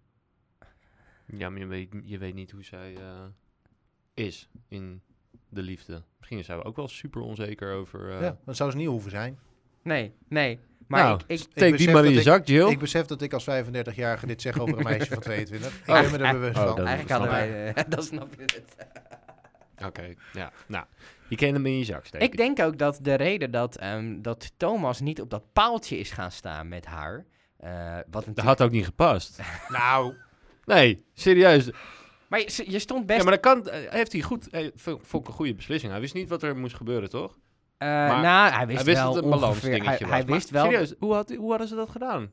Ja, maar je weet, je weet niet hoe zij eh, is in de liefde. Misschien zijn we ook wel super onzeker over... eh, ja, dan zou ze niet hoeven zijn. Nee, nee. Maar Nou, ik, ik, Ik besef dat ik- zak, Jill. Ik besef dat ik als 35-jarige dit zeg over een meisje van 22. Ik Oh. ben me er bewust Oh, van. dat- eigenlijk hadden wij... eh, dan snap je het. Oké, ja. Nou, je kent hem in je zak steken. Ik denk ook dat de reden dat, ehm, dat Thomas niet op dat paaltje is gaan staan met haar... eh, wat Dat natuurlijk... had ook niet gepast. Nou, Nee, serieus. Maar je, je stond Ja, best... maar dat kan, eh, heeft hij goed, hij vo- vond ik een goede beslissing. Hij wist niet wat er moest gebeuren, toch? eh, maar nou, hij wist, hij wist wel dat het een balans ongeveer... dingetje Hij, was. hij Maar wist wel... Serieus, hoe, had, hoe hadden ze dat gedaan?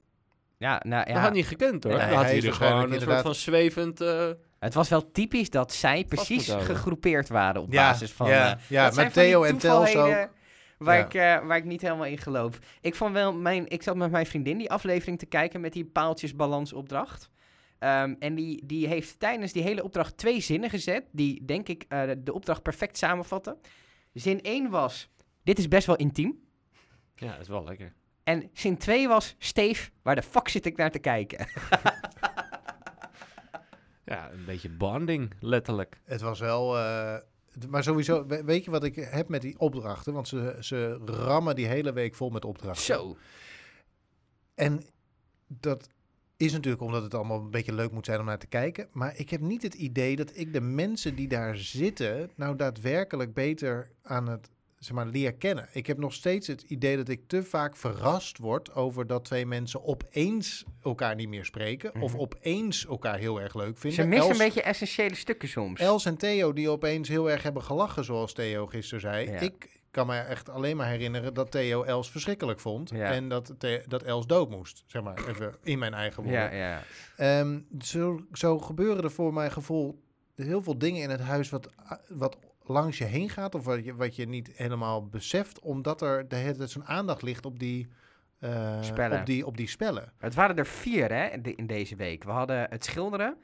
Ja, nou, Dat ja, had niet gekend, hoor. Nee, Dan hij had is hij er waarschijnlijk gewoon een soort inderdaad- van zwevend... eh, Het was wel typisch dat zij moet precies houden. gegroepeerd waren op ja, basis van... eh, ja, ja dat zijn met van die Theo en Tels ook. toevalheden Waar, Ja. ik, eh, waar ik niet helemaal in geloof. Ik, vond wel mijn, ik zat met mijn vriendin die aflevering te kijken met die paaltjesbalansopdracht. Ehm, en die, die heeft tijdens die hele opdracht twee zinnen gezet. Die denk ik eh, de opdracht perfect samenvatten. Zin 1 was: Dit is best wel intiem. Ja, dat is wel lekker. En zin 2 was: Steef, waar de fuck zit ik naar te kijken? Ja, een beetje bonding, letterlijk. Het was wel. eh, d- maar sowieso, we- weet je wat ik heb met die opdrachten? Want ze, ze rammen die hele week vol met opdrachten. Zo. En dat is natuurlijk omdat het allemaal een beetje leuk moet zijn om naar te kijken. Maar ik heb niet het idee dat ik de mensen die daar zitten. nou daadwerkelijk beter aan het. Zeg maar, leer kennen. Ik heb nog steeds het idee dat ik te vaak verrast word over dat twee mensen opeens elkaar niet meer spreken. Of Mhm. opeens elkaar heel erg leuk vinden. Ze missen Els- een beetje essentiële stukken soms. Els en Theo die opeens heel erg hebben gelachen, zoals Theo gisteren zei. Ja. Ik kan me echt alleen maar herinneren dat Theo Els verschrikkelijk vond. Ja. En dat, The- dat Els dood moest, zeg maar, even in mijn eigen woorden. ja, ja. Ehm, zo, zo gebeuren er voor mijn gevoel heel veel dingen in het huis wat, wat langs je heen gaat. Of wat je, wat je niet helemaal beseft, omdat er de hele tijd zo'n aandacht ligt op die, eh, Spellen. Op die, op die spellen. Het waren er vier hè, in de- in deze week. We hadden het schilderen.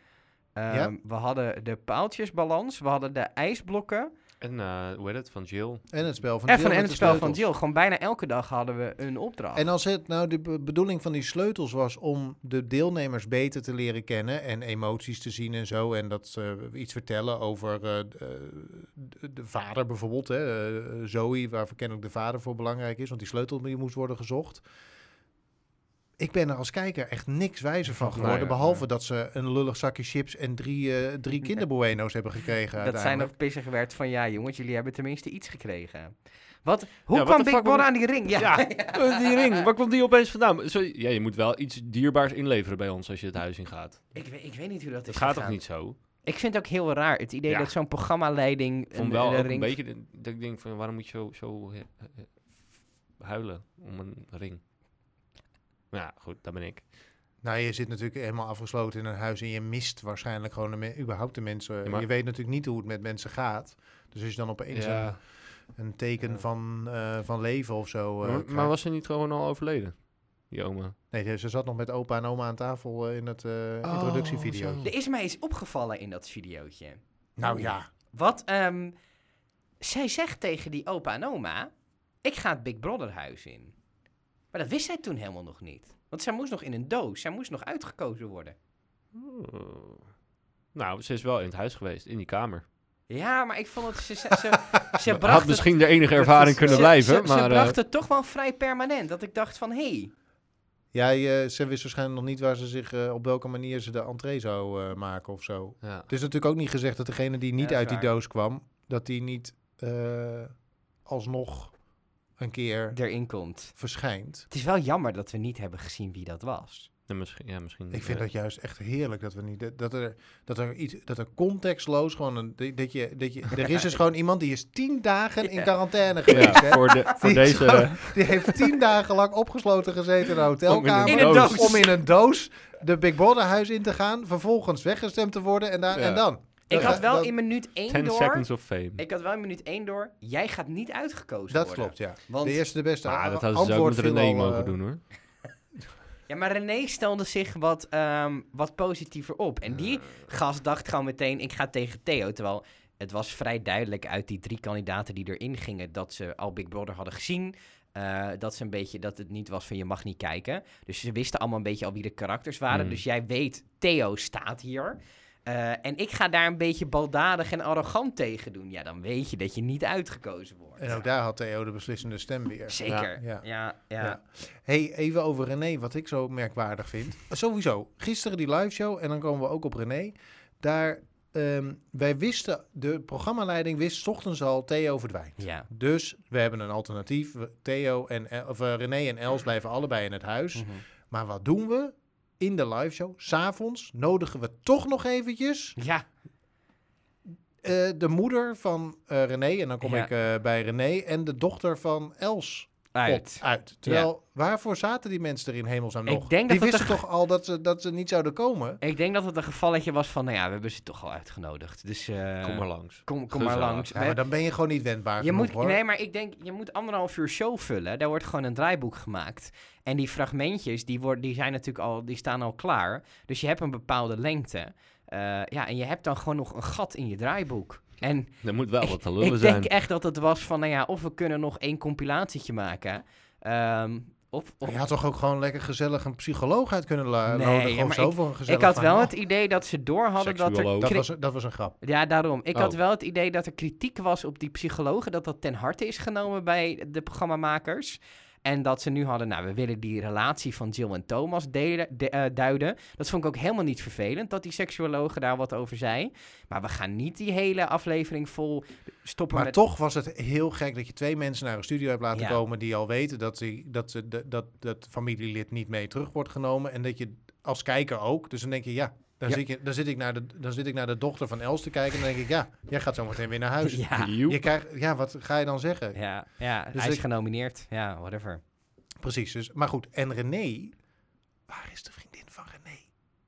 ehm, Ja. We hadden de paaltjesbalans. We hadden de ijsblokken. En eh, hoe heet het? Van Jill. En het spel van Even Jill en met het de spel van sleutels. Jill. Gewoon bijna elke dag hadden we een opdracht. En als het nou de be- bedoeling van die sleutels was om de deelnemers beter te leren kennen en emoties te zien en zo, en dat ze iets vertellen over eh, d- eh, d- de vader bijvoorbeeld, hè, eh, Zoe, waar kennelijk de vader voor belangrijk is, want die sleutel die moest worden gezocht. Ik ben er als kijker echt niks wijzer van Nee, geworden, nee, behalve nee. dat ze een lullig zakje chips en drie, eh, drie kinderbueno's hebben gekregen. dat zij uiteindelijk. nog pissig werd van, ja jongens, jullie hebben tenminste iets gekregen. Wat, hoe Ja, wat kwam de Big fuck Brother moet- aan die ring? Ja, eh, die ring. Waar komt die opeens vandaan? Zo, ja, je moet wel iets dierbaars inleveren bij ons als je het huis in gaat. Ik, weet, ik weet niet hoe dat, Dat is gaat toch gegaan. niet zo? Ik vind het ook heel raar, het idee Ja. dat zo'n programmaleiding Ik vond een, wel een ook een ring... beetje de- dat ik denk van waarom moet je zo, zo eh, eh, huilen om een ring? Nou ja, goed, dat ben ik. Nou, je zit natuurlijk helemaal afgesloten in een huis en je mist waarschijnlijk gewoon de me- überhaupt de mensen. Ja, maar- Je weet natuurlijk niet hoe het met mensen gaat. Dus als je dan opeens Ja. een, een teken Ja. van, eh, van leven of zo. eh, Maar, maar krijgt. was ze niet gewoon al overleden? Die oma. Nee, ze zat nog met opa en oma aan tafel eh, in het eh, introductievideo. Oh, zo. Er is mij iets opgevallen in dat videootje. Nou ja, Wat, ehm, zij zegt tegen die opa en oma, ik ga het Big Brother huis in. Maar dat wist zij toen helemaal nog niet. Want zij moest nog in een doos, zij moest nog uitgekozen worden. Oh. Nou, ze is wel in het huis geweest, in die kamer. Ja, maar ik vond het, ze, ze, ze, ze bracht Had het- misschien de enige Dat ervaring is- kunnen ze- blijven, ze- maar... Ze eh, bracht het toch wel vrij permanent, dat ik dacht van, hé... Hey, jij, eh, ze wist waarschijnlijk nog niet waar ze zich, eh, op welke manier ze de entree zou eh, maken of zo. ja. Het is natuurlijk ook niet gezegd dat degene die niet dat is uit die waar. doos kwam, dat die niet eh, alsnog een keer erin komt. verschijnt. Het is wel jammer dat we niet hebben gezien wie dat was. Ja, misschien, ja, misschien Ik vind eh, dat juist echt heerlijk dat we niet dat- dat er dat er iets dat er contextloos gewoon een dat je dat je er is dus gewoon iemand die is tien dagen in quarantaine geweest. ja, hè? voor, de, voor Die is deze... gewoon- die heeft tien dagen lang opgesloten gezeten in een hotelkamer. In een doos. Om in een doos de Big Brother huis in te gaan. Vervolgens weggestemd te worden. En, daar, Ja. en dan? Ik Dat- had wel dat- in minuut 1 10 door... seconds of fame. Ik had wel in minuut 1 door, jij gaat niet uitgekozen Dat worden. klopt, ja. Want, de eerste de beste maar dat a- hadden ze ook met viel René al, eh, mogen doen, hoor. Ja, maar René stelde zich wat, ehm, wat positiever op. En die gast dacht gewoon meteen, ik ga tegen Theo. Terwijl het was vrij duidelijk uit die drie kandidaten die erin gingen... dat ze al Big Brother hadden gezien. eh, dat, ze een beetje, dat het niet was van je mag niet kijken. Dus ze wisten allemaal een beetje al wie de karakters waren. Mm. Dus jij weet, Theo staat hier. Eh, en ik ga daar een beetje baldadig en arrogant tegen doen. Ja, dan weet je dat je niet uitgekozen wordt. En ook daar had Theo de beslissende stem weer. Zeker. Ja. ja. ja. Ja. Hey, even over René, wat ik zo merkwaardig vind. Sowieso, gisteren die live show en dan komen we ook op René. Daar, ehm, wij wisten, de programmaleiding wist 's ochtends al Theo verdwijnt. ja. Dus we hebben een alternatief. We- Theo en El- of, eh, René en Els blijven allebei in het huis. Mhm. Maar wat doen we in de live show? S'avonds nodigen we toch nog eventjes Ja, eh, de moeder van eh, René. En dan kom Ja. ik eh, bij René en de dochter van Els uit. uit. uit. Terwijl, waarvoor zaten die mensen er in hemelsnaam Ik nog? denk die dat dat wisten toch al dat ze, dat ze niet zouden komen? Ik denk dat het een gevalletje was van, nou ja, we hebben ze toch al uitgenodigd. Dus eh, Kom maar langs. kom, kom maar Gezellig. langs. Ja, maar dan ben je gewoon niet wendbaar je genoeg, moet, hoor. nee, maar ik denk, je moet anderhalf uur show vullen. Daar wordt gewoon een draaiboek gemaakt. En die fragmentjes, die, worden, die zijn natuurlijk al, die staan al klaar. Dus je hebt een bepaalde lengte. Eh, ja, en je hebt dan gewoon nog een gat in je draaiboek. En Er moet wel wat te lullen ik zijn. denk echt dat het was van, nou ja, of we kunnen nog één compilatietje maken. Ehm, of, of, Je had toch ook gewoon lekker gezellig een psycholoog uit kunnen la- Nee, nodigen ja, of maar zo voor een gezellig ik had wel verhaal? het idee dat ze door hadden dat er Seksuoloog. Dat kri- was, dat was een grap. Ja, daarom. Ik had Oh. wel het idee dat er kritiek was op die psychologen, dat dat ten harte is genomen bij de programmamakers. En dat ze nu hadden, nou, we willen die relatie van Jill en Thomas delen, de- eh, duiden. Dat vond ik ook helemaal niet vervelend, dat die seksuologe daar wat over zei. Maar we gaan niet die hele aflevering vol stoppen Maar met... toch was het heel gek dat je twee mensen naar een studio hebt laten Ja. komen... die al weten dat, die, dat, ze, dat, dat, dat familielid niet mee terug wordt genomen. En dat je als kijker ook. Dus dan denk je, ja... Dan, Ja. Zit je, dan, zit ik naar de, dan zit ik naar de dochter van Els te kijken en dan denk ik, ja, jij gaat zo meteen weer naar huis. Ja, Joep. Je krijgt, ja, wat ga je dan zeggen? ja, ja Dus hij is ik- genomineerd. Ja, whatever. Precies, dus, maar goed. En René, waar is de vriendin van René?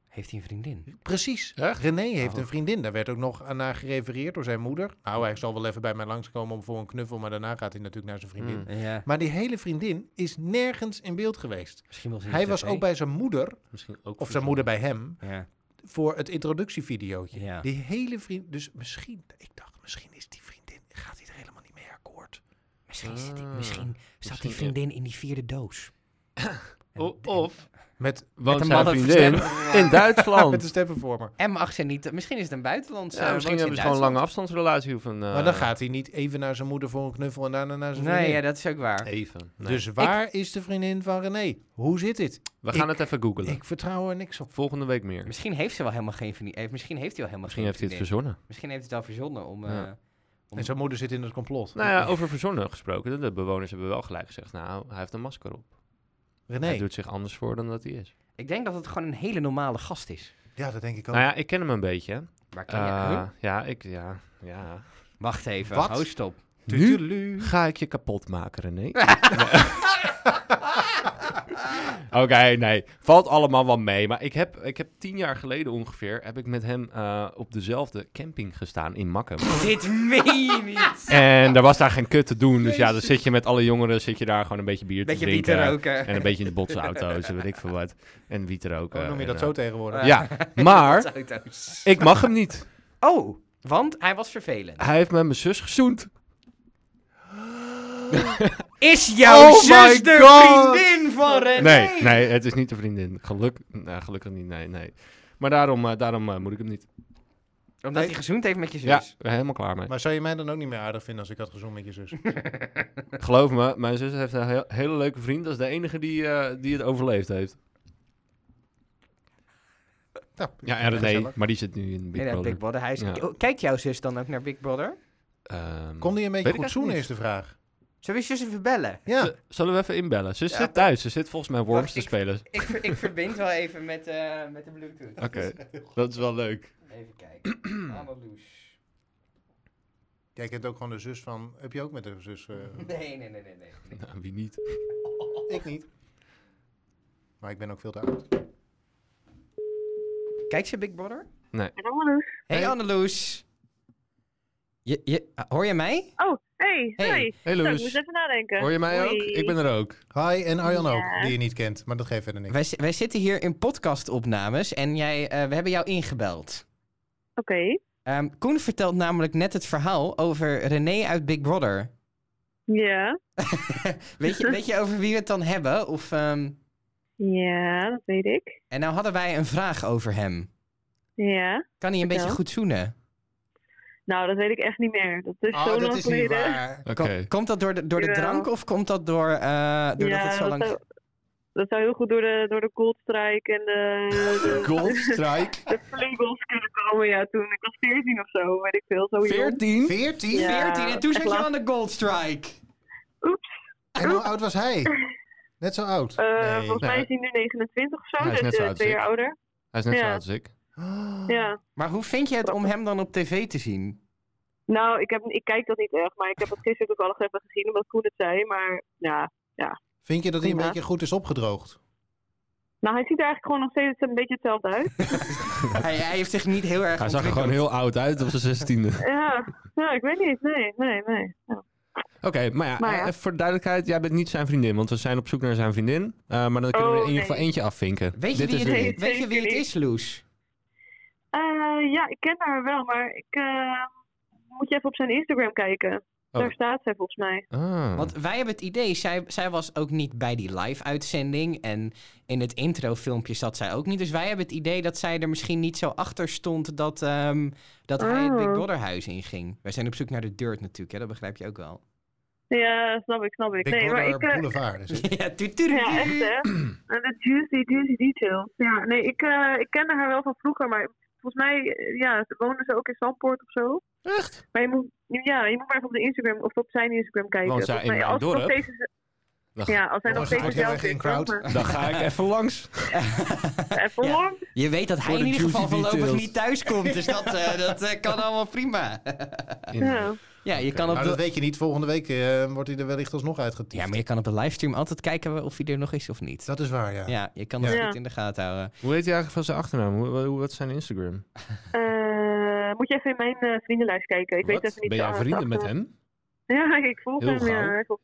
Heeft hij een vriendin? Precies, René heeft Oh. een vriendin. Daar werd ook nog aan- naar gerefereerd door zijn moeder. Nou, hij zal wel even bij mij langskomen om voor een knuffel, maar daarna gaat hij natuurlijk naar zijn vriendin. Mm. Ja, Maar die hele vriendin is nergens in beeld geweest. misschien wel Hij was ook bij zijn moeder, Misschien ook of zijn moeder bij hem, Ja. voor het introductievideootje. Ja. Die hele vriend, dus misschien, ik dacht, misschien is die vriendin, gaat Misschien, zit ik, misschien zat die Ah, misschien- vriendin in die vierde doos. En- O- of Met, woont een zijn mannen- vriendin in met Duitsland. de stemmenvormer. en mag ze niet... Misschien is het een buitenlandse... Ja, eh, misschien woont ze hebben ze in gewoon een lange Duitsland. afstandsrelatie of een... eh, maar dan gaat hij niet even naar zijn moeder voor een knuffel en daarna naar zijn Nee, vriendin. ja, dat is ook waar. Even. Nee. Dus waar is de vriendin van René? Hoe zit dit? we gaan ik- het even googlen. Ik vertrouw er niks op. Volgende week meer. Misschien heeft ze wel helemaal geen vriendin. eh, Misschien heeft hij wel helemaal Misschien geen heeft hij het vriendin. verzonnen. Misschien heeft hij het al verzonnen om... eh, Ja. om- En zijn moeder zit in het complot. Nou ja, over verzonnen gesproken. De bewoners hebben wel gelijk gezegd, nou, hij heeft een masker op. René. Hij doet zich anders voor dan dat hij is. Ik denk dat het gewoon een hele normale gast is. Ja, dat denk ik ook. Nou ja, ik ken hem een beetje. hè. Waar ken je- Eh, Huh? ja, ik, ja, ja. Wacht even, Wat? hou stop. Nu Eh, Tudeluu. ga ik je kapot maken, René. Nee. Oké, nee. Valt allemaal wel mee. Maar ik heb, ik heb tien jaar geleden ongeveer... heb ik met hem eh, op dezelfde camping gestaan in Makkum. Dit meen je niet. en daar was daar geen kut te doen. Dus ja, dan zit je met alle jongeren... zit je daar gewoon een beetje bier te Beetje bier drinken. te roken. En een beetje in de botsauto's en weet ik veel wat. En wiet er ook. Hoe noem je dat zo tegenwoordig? Eh. Ja, maar Auto's. ik mag hem niet. Oh, want hij was vervelend. Hij heeft met mijn zus gezoend. Is jouw Oh zus my de God. vriendin van René? Nee, nee, het is niet de vriendin. Geluk, nou, gelukkig niet, nee, nee. Maar daarom, eh, daarom eh, moet ik hem niet. Omdat Nee. hij gezoend heeft met je zus. Ja, helemaal klaar mee. Maar zou je mij dan ook niet meer aardig vinden als ik had gezoend met je zus? Geloof me, mijn zus heeft een heel- hele leuke vriend. Dat is de enige die, eh, die het overleefd heeft. Nou, Ja, en René, gezellig. maar die zit nu in Big Nee, dat Brother. Big Brother. Hij is... Ja. Oh, Kijkt jouw zus dan ook naar Big Brother? Ehm, Kon hij een beetje Weet ik goed zoenen, eigenlijk is de vraag. Zullen we je zus even bellen? Ja, z- Zullen we even inbellen? Ze Ja, zit thuis. Ze zit volgens mij Worms Wacht, te ik- spelen. Ik, ver- ik verbind wel even met, eh, met de Bluetooth. Oké, dat is wel leuk. Even kijken. Annelies. jij kent ook gewoon de zus van... Heb je ook met de zus... eh, Nee, nee, nee, nee. nee. Nou, wie niet? ik niet. Maar ik ben ook veel te oud. Kijkt ze Big Brother? Hallo. Hey, Hey. Anneloes. Je, je, ah, hoor je mij? Oh, hey, Hey. hey. Hey Zo, ik Loes, moest even nadenken. hoor je mij ook? Hoi. Ik ben er ook. Hi, en Arjan ook, Ja. die je niet kent. Maar dat geeft verder niks. Wij, zi- wij zitten hier in podcastopnames en jij, eh, we hebben jou ingebeld. Oké. Ehm, Koen vertelt namelijk net het verhaal over René uit Big Brother. Ja. Weet je, weet je over wie we het dan hebben? Of, ehm, Ja, dat weet ik. en nou hadden wij een vraag over hem. Ja. Kan hij een beetje Vertel. goed zoenen? Nou, dat weet ik echt niet meer. Dat is Oh, Ah, zo dat lang is niet geleden. waar. Oké. Kom- komt dat door de, door de Jawel. drank of komt dat door, eh doordat ja, het zo lang... zou, dat zou heel goed door de, door de Goldstrike en de, de, Goldstrike de Pringles kunnen komen. Ja, toen ik was 14 of zo, weet ik veel. Zo jong. 14. 14? Ja. 14 en toen echt zat je lang. aan de Goldstrike. En hoe oud was hij? Net zo oud? Eh, nee. volgens mij nou, is hij nu 29 of zo, hij is dus net zo eh, oud als twee ik. jaar ouder. Hij is net zo Ja. oud als ik. Ja. Maar hoe vind je het om hem dan op tv te zien? Nou, ik, heb, ik kijk dat niet echt, maar ik heb dat gisteren ook al nog even gezien, omdat Koen het zei. Maar ja, Vind je dat hij een Prima. beetje goed is opgedroogd? Nou, hij ziet er eigenlijk gewoon nog steeds een beetje hetzelfde uit. hij, hij heeft zich niet heel erg Hij zag er gewoon heel oud uit op zijn 16e. ja. ja, ik weet niet. Nee, nee, nee. Ja. Oké, maar ja, Maar eh, ja. even voor de duidelijkheid, jij bent niet zijn vriendin, want we zijn op zoek naar zijn vriendin. Eh, maar dan kunnen we er in Oh, ieder geval nee. eentje afvinken. Weet je, Dit wie is het, er Nee. niet. weet je wie het is, Loes? Eh, ja, ik ken haar wel, maar ik eh, moet je even op zijn Instagram kijken. Oh. Daar staat zij volgens mij. Ah. Want wij hebben het idee, zij, zij was ook niet bij die live-uitzending. En in het introfilmpje zat zij ook niet. Dus wij hebben het idee dat zij er misschien niet zo achter stond dat, ehm, dat hij het Big Oh. Brother huis inging. Wij zijn op zoek naar de dirt natuurlijk, hè? dat begrijp je ook wel. Ja, snap ik, snap ik. Big nee, maar Brother ik. eh, Boulevard is het. ja, tu- tu- ja, echt hè. En de juicy, juicy details. Ja, nee, ik, eh, ik kende haar wel van vroeger, maar volgens mij eh, ja, ze- woonde ze ook in Zandpoort of zo. Echt? Maar je moet, ja, je moet maar even op de Instagram of op zijn Instagram kijken. Woont zij Volgens in mij, als mijn ze nog dorp? steeds- Dan, ga- Ja, als hij nog Jongens, steeds maak jij dezelfde geen is, crowd? dan, eh, dan ga ik even langs. Even Ja. hoor. Je weet dat hij Voor in de ieder geval juicy voorlopig details. niet thuiskomt. Dus dat, eh, dat eh, kan allemaal prima. Ja. ja, je kan op Nou, de... dat weet je niet. Volgende week eh, wordt hij er wellicht alsnog uitgetiefd. ja, maar je kan op de livestream altijd kijken of hij er nog is of niet. Dat is waar, ja. Nou Ja, je kan dat Ja. goed in de gaten houden. Hoe heet hij eigenlijk van zijn achternaam? Hoe, hoe- hoe- wat is zijn Instagram? Eh, moet je even in mijn eh, vriendenlijst kijken. Ik weet Wat? even niet ben jij de- vrienden met de- hem? Ja, ik volg Heel hem. gauw. Ja, hij volgt-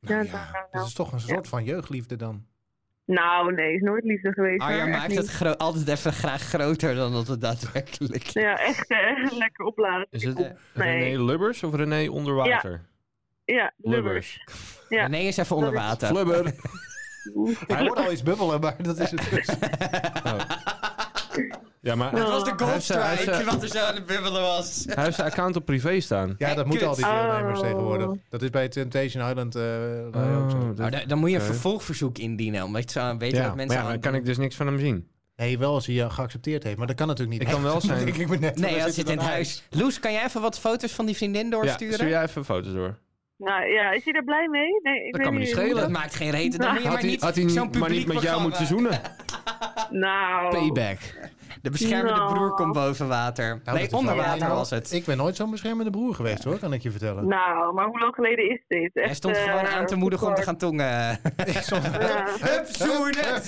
Nou Ja, nou, ja, nou, dat dus- is toch een soort van jeugdliefde dan. Nou, nee, is nooit liefde geweest. hoor, Arjan echt maakt het niet. gro- altijd even graag groter dan dat het daadwerkelijk is. Ja, echt hè. eh, lekker opladen. eh, Is het Nee. René Lubbers of René Onderwater? Ja, Lubbers. Lubbers. Ja. René is even onder Dat is- water. Flubber. Hij hoort al iets bubbelen, maar dat is het dus. Oh. Ja, maar Dat was de Hij heeft zijn- hij heeft goalstrike zijn- wat er zo aan het bubbelen was. hij heeft zijn account op privé staan. Ja, dat Hey, moeten al die kut. deelnemers Oh. tegenwoordig. Dat is bij Temptation Island eh, ook zo. Oh, dat- Maar da- dan moet je een Oké. vervolgverzoek indienen, omdat je zo weet ja, wat maar mensen ja, aan dan kan ik dus niks van hem zien. Nee, wel als hij je geaccepteerd heeft. Maar dat kan natuurlijk niet. Ik kan wel zijn- Ik, ik ben net, Nee, we dat zit zitten in dan huis. Loes, kan jij even wat foto's van die vriendin Ja, doorsturen? stuur jij even foto's door. Nou ja, is hij er blij mee? Nee, ik Dat weet kan me niet hoe Dat schelen. maakt geen reet. Dan moet je Had maar hij, niet had hij niet- zo'n eh. maar niet met jou publiekprogramma. moeten zoenen? dat- Nou, Payback. De beschermende Nou. broer komt boven Oh, water. Nou, nee, dat is onder wel- water Nou, was het. Ik ben nooit zo'n beschermende broer geweest hoor, kan ik je vertellen. nou, maar hoe lang geleden is dit? eh, Hij stond gewoon aan te moedigen om te gaan tongen. gaan. Hup, zoenen!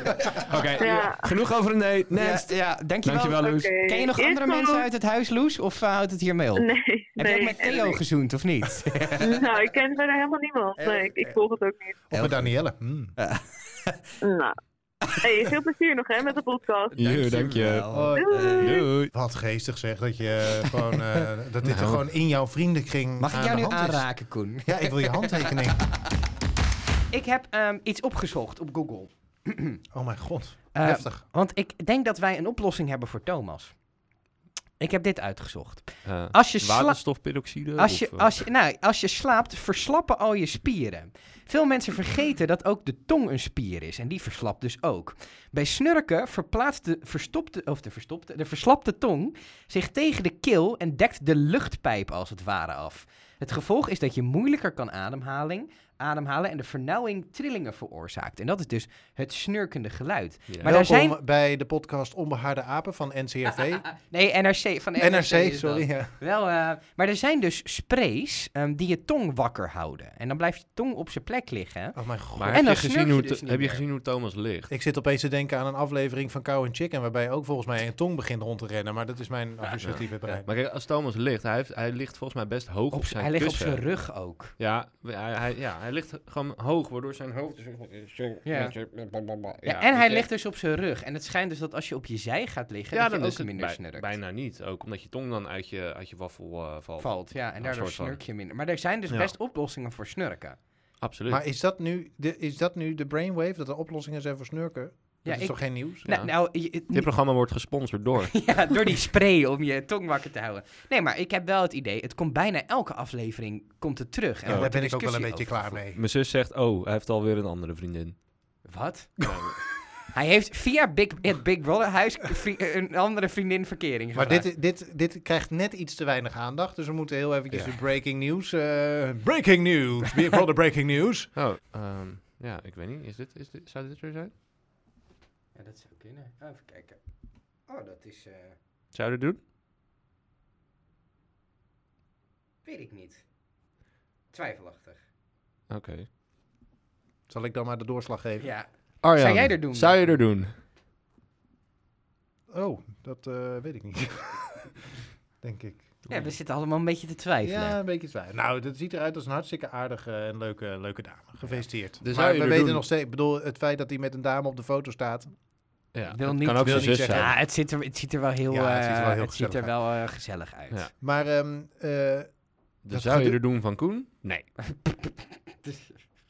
Oké, Ja. genoeg over René. Next. Ja, ja, dankjewel. Dankjewel, Loes. Oké. Ken je nog Is andere goed. mensen uit het huis, Loes? Of eh, houdt het hiermee op? Nee, Heb nee. je ook met Theo nee. gezoend, of niet? Nou, ik ken verder helemaal niemand. Nee, ik, ik volg het ook niet. Of Heel met Danielle. Hmm. Nou. Hey, veel plezier nog hè met de podcast. Jo, dank je. Dankjewel. Doei. Wat geestig zeg, dat, je gewoon, eh, dat dit er gewoon in jouw vriendenkring Mag ik aan jou de nu hand is. aanraken, Koen? Ja, ik wil je handtekening. Ik heb ehm, iets opgezocht op Google. Oh mijn god, Eh, heftig. Want ik denk dat wij een oplossing hebben voor Thomas. Ik heb dit uitgezocht. Eh, Als je, sla- Waterstofperoxide? als, je, of, eh, als, je, nou, als je slaapt, verslappen al je spieren. Veel mensen vergeten dat ook de tong een spier is. En die verslapt dus ook. Bij snurken verplaatst de, verstopte, of de, verstopte, de verslapte tong zich tegen de keel en dekt de luchtpijp als het ware af. Het gevolg is dat je moeilijker kan ademhaling, ademhalen en de vernauwing trillingen veroorzaakt. En dat is dus het snurkende geluid. ja. maar daar Welkom zijn- bij de podcast Onbehaarde Apen van NCRV. Nee, NRC. Van de NRC, is dat. sorry. ja. Wel, eh, maar er zijn dus sprays ehm, die je tong wakker houden. En dan blijft je tong op zijn plek liggen. Oh mijn god. Maar En heb, dan je snurk gezien, je hoe, dus Th- niet heb je meer. gezien hoe Thomas ligt? Ik zit opeens te denken aan een aflevering van Cow and Chicken, waarbij ook volgens mij een tong begint rond te rennen. Maar dat is mijn associatieve brein. Maar kijk, als Thomas ligt, hij, heeft, hij ligt volgens mij best hoog op, Op z'n- zijn hij ligt op kussen. zijn rug ook. Ja, hij, hij, ja, hij ligt gewoon hoog, waardoor zijn hoofd... dus- Ja. Ja, Ja, en hij dus ligt dus op zijn rug. En het schijnt dus dat als je op je zij gaat liggen, Ja, dat dan je is ook het minder bij- snurkt. bijna niet. Ook omdat je tong dan uit je, uit je waffel eh, valt. Valt, ja. En Een daardoor soort van. snurk je minder. Maar er zijn dus Ja. best oplossingen voor snurken. Absoluut. Maar is dat nu de, is dat nu de brainwave, dat er oplossingen zijn voor snurken? Dat Ja, is ik- toch geen nieuws? Nou, nou, je- Dit programma wordt gesponsord door. Ja, door die spray om je tong wakker te houden. Nee, maar ik heb wel het idee, het komt bijna elke aflevering komt het terug. En Ja, daar wordt er ben ik ook wel een beetje discussie over klaar gevoerd. mee. Mijn zus zegt, oh, hij heeft alweer een andere vriendin. Wat? Hij heeft via Big, het Big Brother huis vri- een andere vriendin verkering Maar gevraagd. dit, dit, dit krijgt net iets te weinig aandacht, dus we moeten heel eventjes de breaking news... eh, breaking news! Big Brother breaking news! Oh, ehm, ja, ik weet niet. Is dit, is dit, zou dit er zijn? Ja, dat zou kunnen. Oh, even kijken. Oh, dat is... eh, Zou je dat doen? weet ik niet. Twijfelachtig. Oké. Zal ik dan maar de doorslag geven? Ja. Arjan, Zou jij er doen? Zou je er doen? Oh, dat eh, weet ik niet. Denk ik. ja, we zitten allemaal een beetje te twijfelen. Ja, een beetje zwaar. Nou, dat ziet eruit als een hartstikke aardige en leuke, leuke dame. Gefeliciteerd. Dus zou maar je we er weten doen? nog steeds, ik bedoel, het feit dat hij met een dame op de foto staat. Ja, Wil dat niet- kan ook wil zijn niet zus zeggen. zijn. Ja, het ziet er, het ziet er wel heel, Ja, het ziet er wel eh, heel het ziet er gezellig wel eh, gezellig uit. Ja. Maar ehm, eh, Dus Dat zou je gedoe- er doen van Koen? Nee.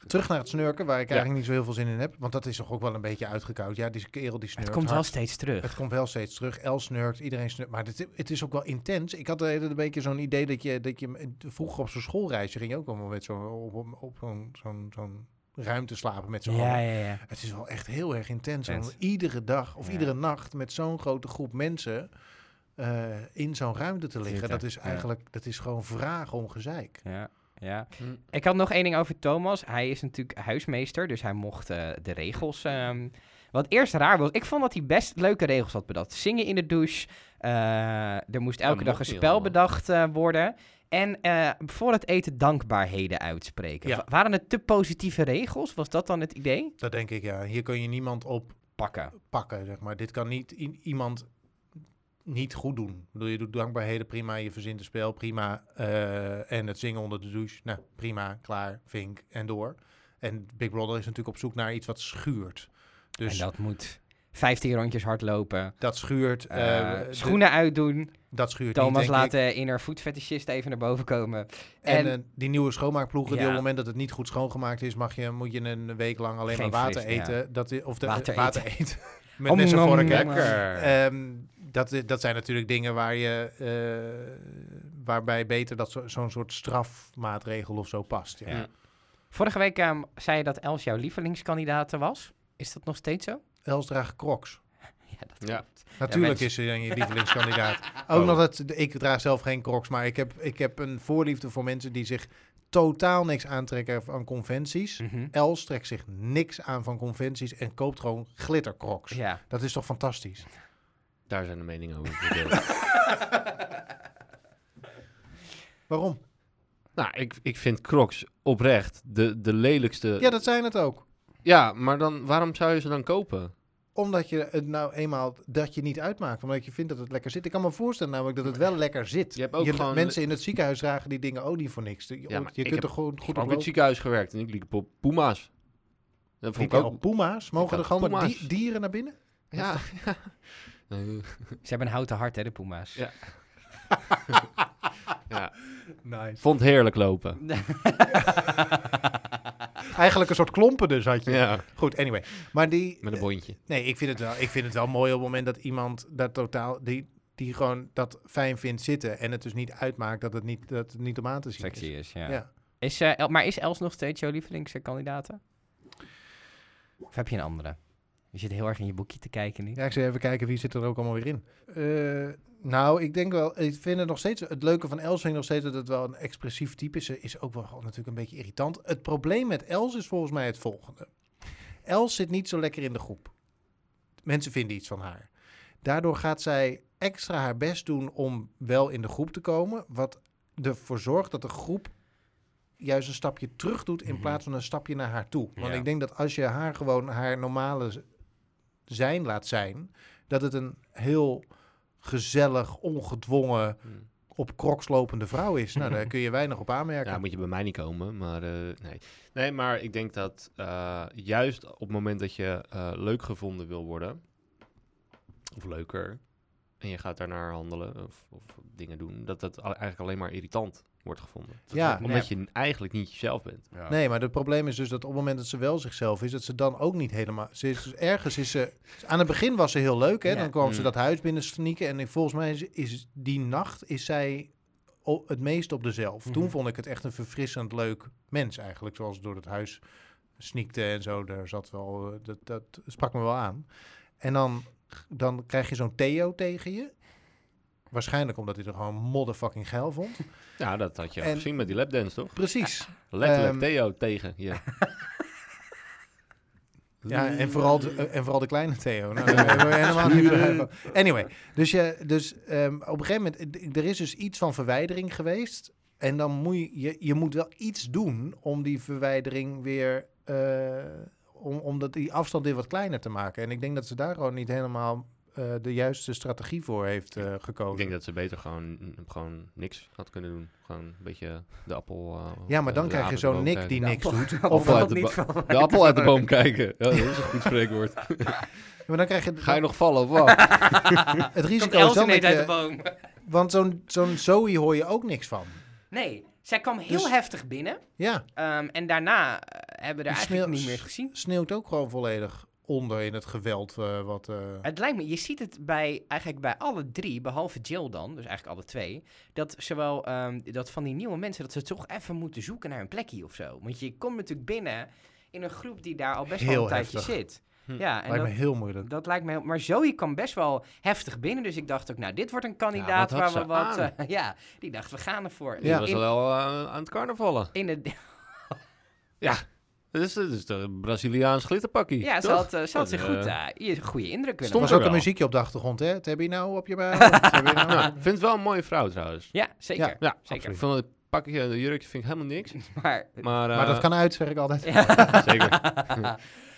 terug naar het snurken, waar ik Ja. eigenlijk niet zo heel veel zin in heb. Want dat is toch ook wel een beetje uitgekoud. Ja, die kerel die snurkt. Het komt wel hard. steeds terug. Het komt wel steeds terug. El snurkt, iedereen snurkt. Maar dit, het is ook wel intens. Ik had de hele tijd een beetje zo'n idee dat je, dat je vroeger op zo'n schoolreisje ging je ook allemaal met zo'n op, op, op zo'n zo'n zo'n ruimte slapen met zo'n Ja, ja, ja. Het is wel echt heel erg intens. om Intens. iedere dag of Ja. iedere nacht met zo'n grote groep mensen eh, in zo'n ruimte te liggen. Zitten, Dat is ja. eigenlijk dat is gewoon vragen om gezeik. Ja, ja. Ik had nog één ding over Thomas. Hij is natuurlijk huismeester, dus hij mocht eh, de regels. ehm, wat eerst raar was, ik vond dat hij best leuke regels had bedacht. Zingen in de douche. eh, er moest elke mocht dag een niet spel allemaal. bedacht eh, worden. En eh, voor het eten dankbaarheden uitspreken. Ja. Wa- waren het te positieve regels? Was dat dan het idee? Dat denk ik ja. Hier kun je niemand op Pakken. pakken, zeg maar. Dit kan niet i- iemand niet goed doen. Ik bedoel, je doet dankbaarheden prima, je verzint een spel prima. eh, en het zingen onder de douche, nou prima, klaar, vink en door. En Big Brother is natuurlijk op zoek naar iets wat schuurt. Dus En dat moet 15 rondjes hardlopen. Dat schuurt. eh, eh, de- schoenen uitdoen. dat schuurt niet, Thomas denk laat ik. de inner voetfetischist even naar boven komen. En, en- eh, die nieuwe schoonmaakploegen, die Ja. op het moment dat het niet goed schoongemaakt is, mag je, moet je een week lang alleen Geen maar water fris, ja. eten. Dat, i- of de, Water water, water eten. Met Om eh, mes en nom vork, hè. nom. Lekker. Ehm, dat, i- dat zijn natuurlijk dingen waar je, eh, waarbij beter dat zo- zo'n soort strafmaatregel of zo past. Ja. Ja. Vorige week eh, zei je dat Els jouw lievelingskandidaat was. Is dat nog steeds zo? Els draagt crocs. Ja, dat Ja. klopt. Natuurlijk mensen- is ze dan je lievelingskandidaat. Ook Oh. nog dat, ik draag zelf geen crocs, maar ik heb, ik heb een voorliefde voor mensen die zich totaal niks aantrekken aan conventies. Mhm. Els trekt zich niks aan van conventies en koopt gewoon glittercrocs. Ja. Dat is toch fantastisch? Daar zijn de meningen over. verdeeld. Waarom? nou, ik, ik vind Crocs oprecht de, de lelijkste. Ja, dat zijn het ook. Ja, maar dan, waarom zou je ze dan kopen? Omdat je het nou eenmaal dat je niet uitmaakt, omdat je vindt dat het lekker zit. Ik kan me voorstellen namelijk dat het wel lekker zit. Je hebt ook gewoon- Mensen in het ziekenhuis dragen die dingen ook niet voor niks. Je, maar je ik kunt heb- er gewoon goed Ik op heb ook in het lopen. ziekenhuis gewerkt en ik liep op Puma's. Dat vond Ik ik ook. Puma's? Mogen had er gewoon Puma's. die- dieren naar binnen? Ja, ja. Ze hebben een houten hart, hè, de Puma's. Ja. ja. Nice. Vond heerlijk lopen. Eigenlijk een soort klompen dus had je. Ja, Goed, anyway. Maar die... met een bondje. Nee, ik vind, het wel, ik vind het wel mooi op het moment dat iemand dat totaal... Die, die gewoon dat fijn vindt zitten en het dus niet uitmaakt dat het niet, dat het niet om aan te zien Sexy is. is, ja. Ja. Is, eh, El- maar is Els nog steeds jouw lievelingskandidaat? Of heb je een andere? Je zit heel erg in je boekje te kijken nu. Ja, ik zal even kijken wie zit er ook allemaal weer in. Eh, nou, ik denk wel, ik vind het nog steeds, het leuke van Els vind ik nog steeds dat het wel een expressief type is. Ze is ook wel gewoon natuurlijk een beetje irritant. Het probleem met Els is volgens mij het volgende. Els zit niet zo lekker in de groep. Mensen vinden iets van haar. Daardoor gaat zij extra haar best doen om wel in de groep te komen. Wat ervoor zorgt dat de groep juist een stapje terug doet in Mhm. plaats van een stapje naar haar toe. Want Ja. ik denk dat als je haar gewoon haar normale z- zijn laat zijn, dat het een heel gezellig, ongedwongen, Mm. op crocs lopende vrouw is. Nou, daar kun je weinig op aanmerken. Ja, moet je bij mij niet komen, maar eh, nee. Nee, maar ik denk dat eh, juist op het moment dat je eh, leuk gevonden wil worden, of leuker, en je gaat daarnaar handelen of, of dingen doen, dat dat al- eigenlijk alleen maar irritant wordt gevonden. Dat Ja, is omdat je eigenlijk niet jezelf bent. Oh. Nee, maar het probleem is dus dat op het moment dat ze wel zichzelf is, dat ze dan ook niet helemaal. Ze is dus ergens is ze. Aan het begin was ze heel leuk, hè? Ja. Dan kwam ze Mm. dat huis binnen sneaken. En ik- volgens mij is, is die nacht is zij o- het meest op dezelf. Mhm. Toen vond ik het echt een verfrissend leuk mens eigenlijk. Zoals ze door het huis sneakte en zo. Daar zat wel, eh, dat, dat sprak me wel aan. En dan, dan krijg je zo'n Theo tegen je. Waarschijnlijk omdat hij er gewoon modderfucking geil vond. Ja, dat had je al En- gezien met die lapdance, toch? Precies. Letterlijk Ehm, Theo tegen. Ja. Ja, en vooral de, eh, en vooral de kleine Theo. Nou, daar hebben we helemaal niet begrepen. Anyway, dus, je, dus ehm, op een gegeven moment, eh, d- er is dus iets van verwijdering geweest. En dan moet je, je, je moet wel iets doen om die verwijdering weer, eh, om, om dat, die afstand weer wat kleiner te maken. En ik denk dat ze daar gewoon niet helemaal eh, de juiste strategie voor heeft eh, Ik gekozen. denk dat ze beter gewoon, gewoon niks had kunnen doen. Gewoon een beetje de appel... eh, ja, maar eh, dan de krijg je aap zo'n erboven Nick kijken. die niks doet. Of Of, uit valt de niet ba- van De appel uit de boom kijken. Ja, dat is een goed spreekwoord. maar dan krijg je, Ga je nog vallen of wat? het Komt risico is Els dan dat ineens uit de je, boom? want zo'n zo'n Zoe hoor je ook niks van. Nee, zij kwam heel Dus- heftig binnen. Ja. ehm, en daarna eh, hebben we haar Die eigenlijk smil- niet meer gezien. sneeuwt ook gewoon volledig onder in het geweld. eh, wat, eh, Het lijkt me, je ziet het bij, eigenlijk bij alle drie, behalve Jill dan, dus eigenlijk alle twee, dat zowel ehm, dat van die nieuwe mensen, dat ze toch even moeten zoeken naar een plekje of zo. Want je komt natuurlijk binnen in een groep die daar al best wel Heel een tijdje heftig. zit. Hm. Ja, en lijkt dat, me heel moeilijk. dat lijkt me heel... Maar Zoe kwam best wel heftig binnen, dus ik dacht ook, nou, dit wordt een kandidaat Ja, wat waar had we ze wat... aan? eh, ja, die dacht, we gaan ervoor. Die Ja. was in, wel eh, aan het carnavallen. in het, Dat is, dat is een Braziliaans glitterpakkie. ja, ze toch? had, eh, ze had Dat, zich eh, goed, eh, je goede indruk Er kunnen stond was maken. er ook een wel. muziekje op de achtergrond, hè? Het heb je nou op je buik. Het heb je nou- nou, ik vind het wel een mooie vrouw trouwens. Ja, zeker. Ja, Ja, Zeker. zeker. Ik vond het pakje en de eh, jurkje vind ik helemaal niks. Maar... Maar, eh, Maar dat kan uit, zeg ik altijd. Zeker.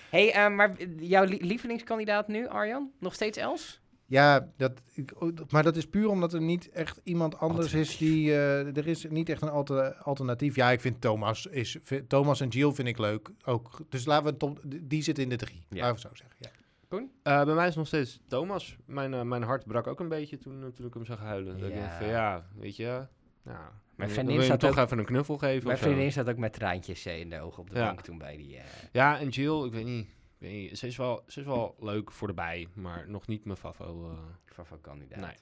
Hey, eh, maar jouw li- lievelingskandidaat nu, Arjan? Nog steeds Els? Ja, dat, ik- maar dat is puur omdat er niet echt iemand anders is die... eh, er is niet echt een alter- alternatief. Ja, ik vind Thomas... Is, vind- Thomas en Jill vind ik leuk ook. Dus laten we... het op- die zitten in de drie. Ja. Laten we het zo zeggen. Ja. Eh, bij mij is nog steeds Thomas. Mijn, eh, mijn hart brak ook een beetje toen, eh, toen ik hem zag huilen. Dat ik Ja. dacht van, ja, weet je, ja, nou, dan vriendin wil je hem zat toch ook- even een knuffel geven Mijn of zo. vriendin zat ook met traantjes eh, in de ogen op de Ja. bank toen bij die... eh, Ja, en Jill, ik weet niet. Ik weet niet ze, is wel, ze is wel leuk voor de bij, maar nog niet mijn favo. eh, Van van kandidaat. nee.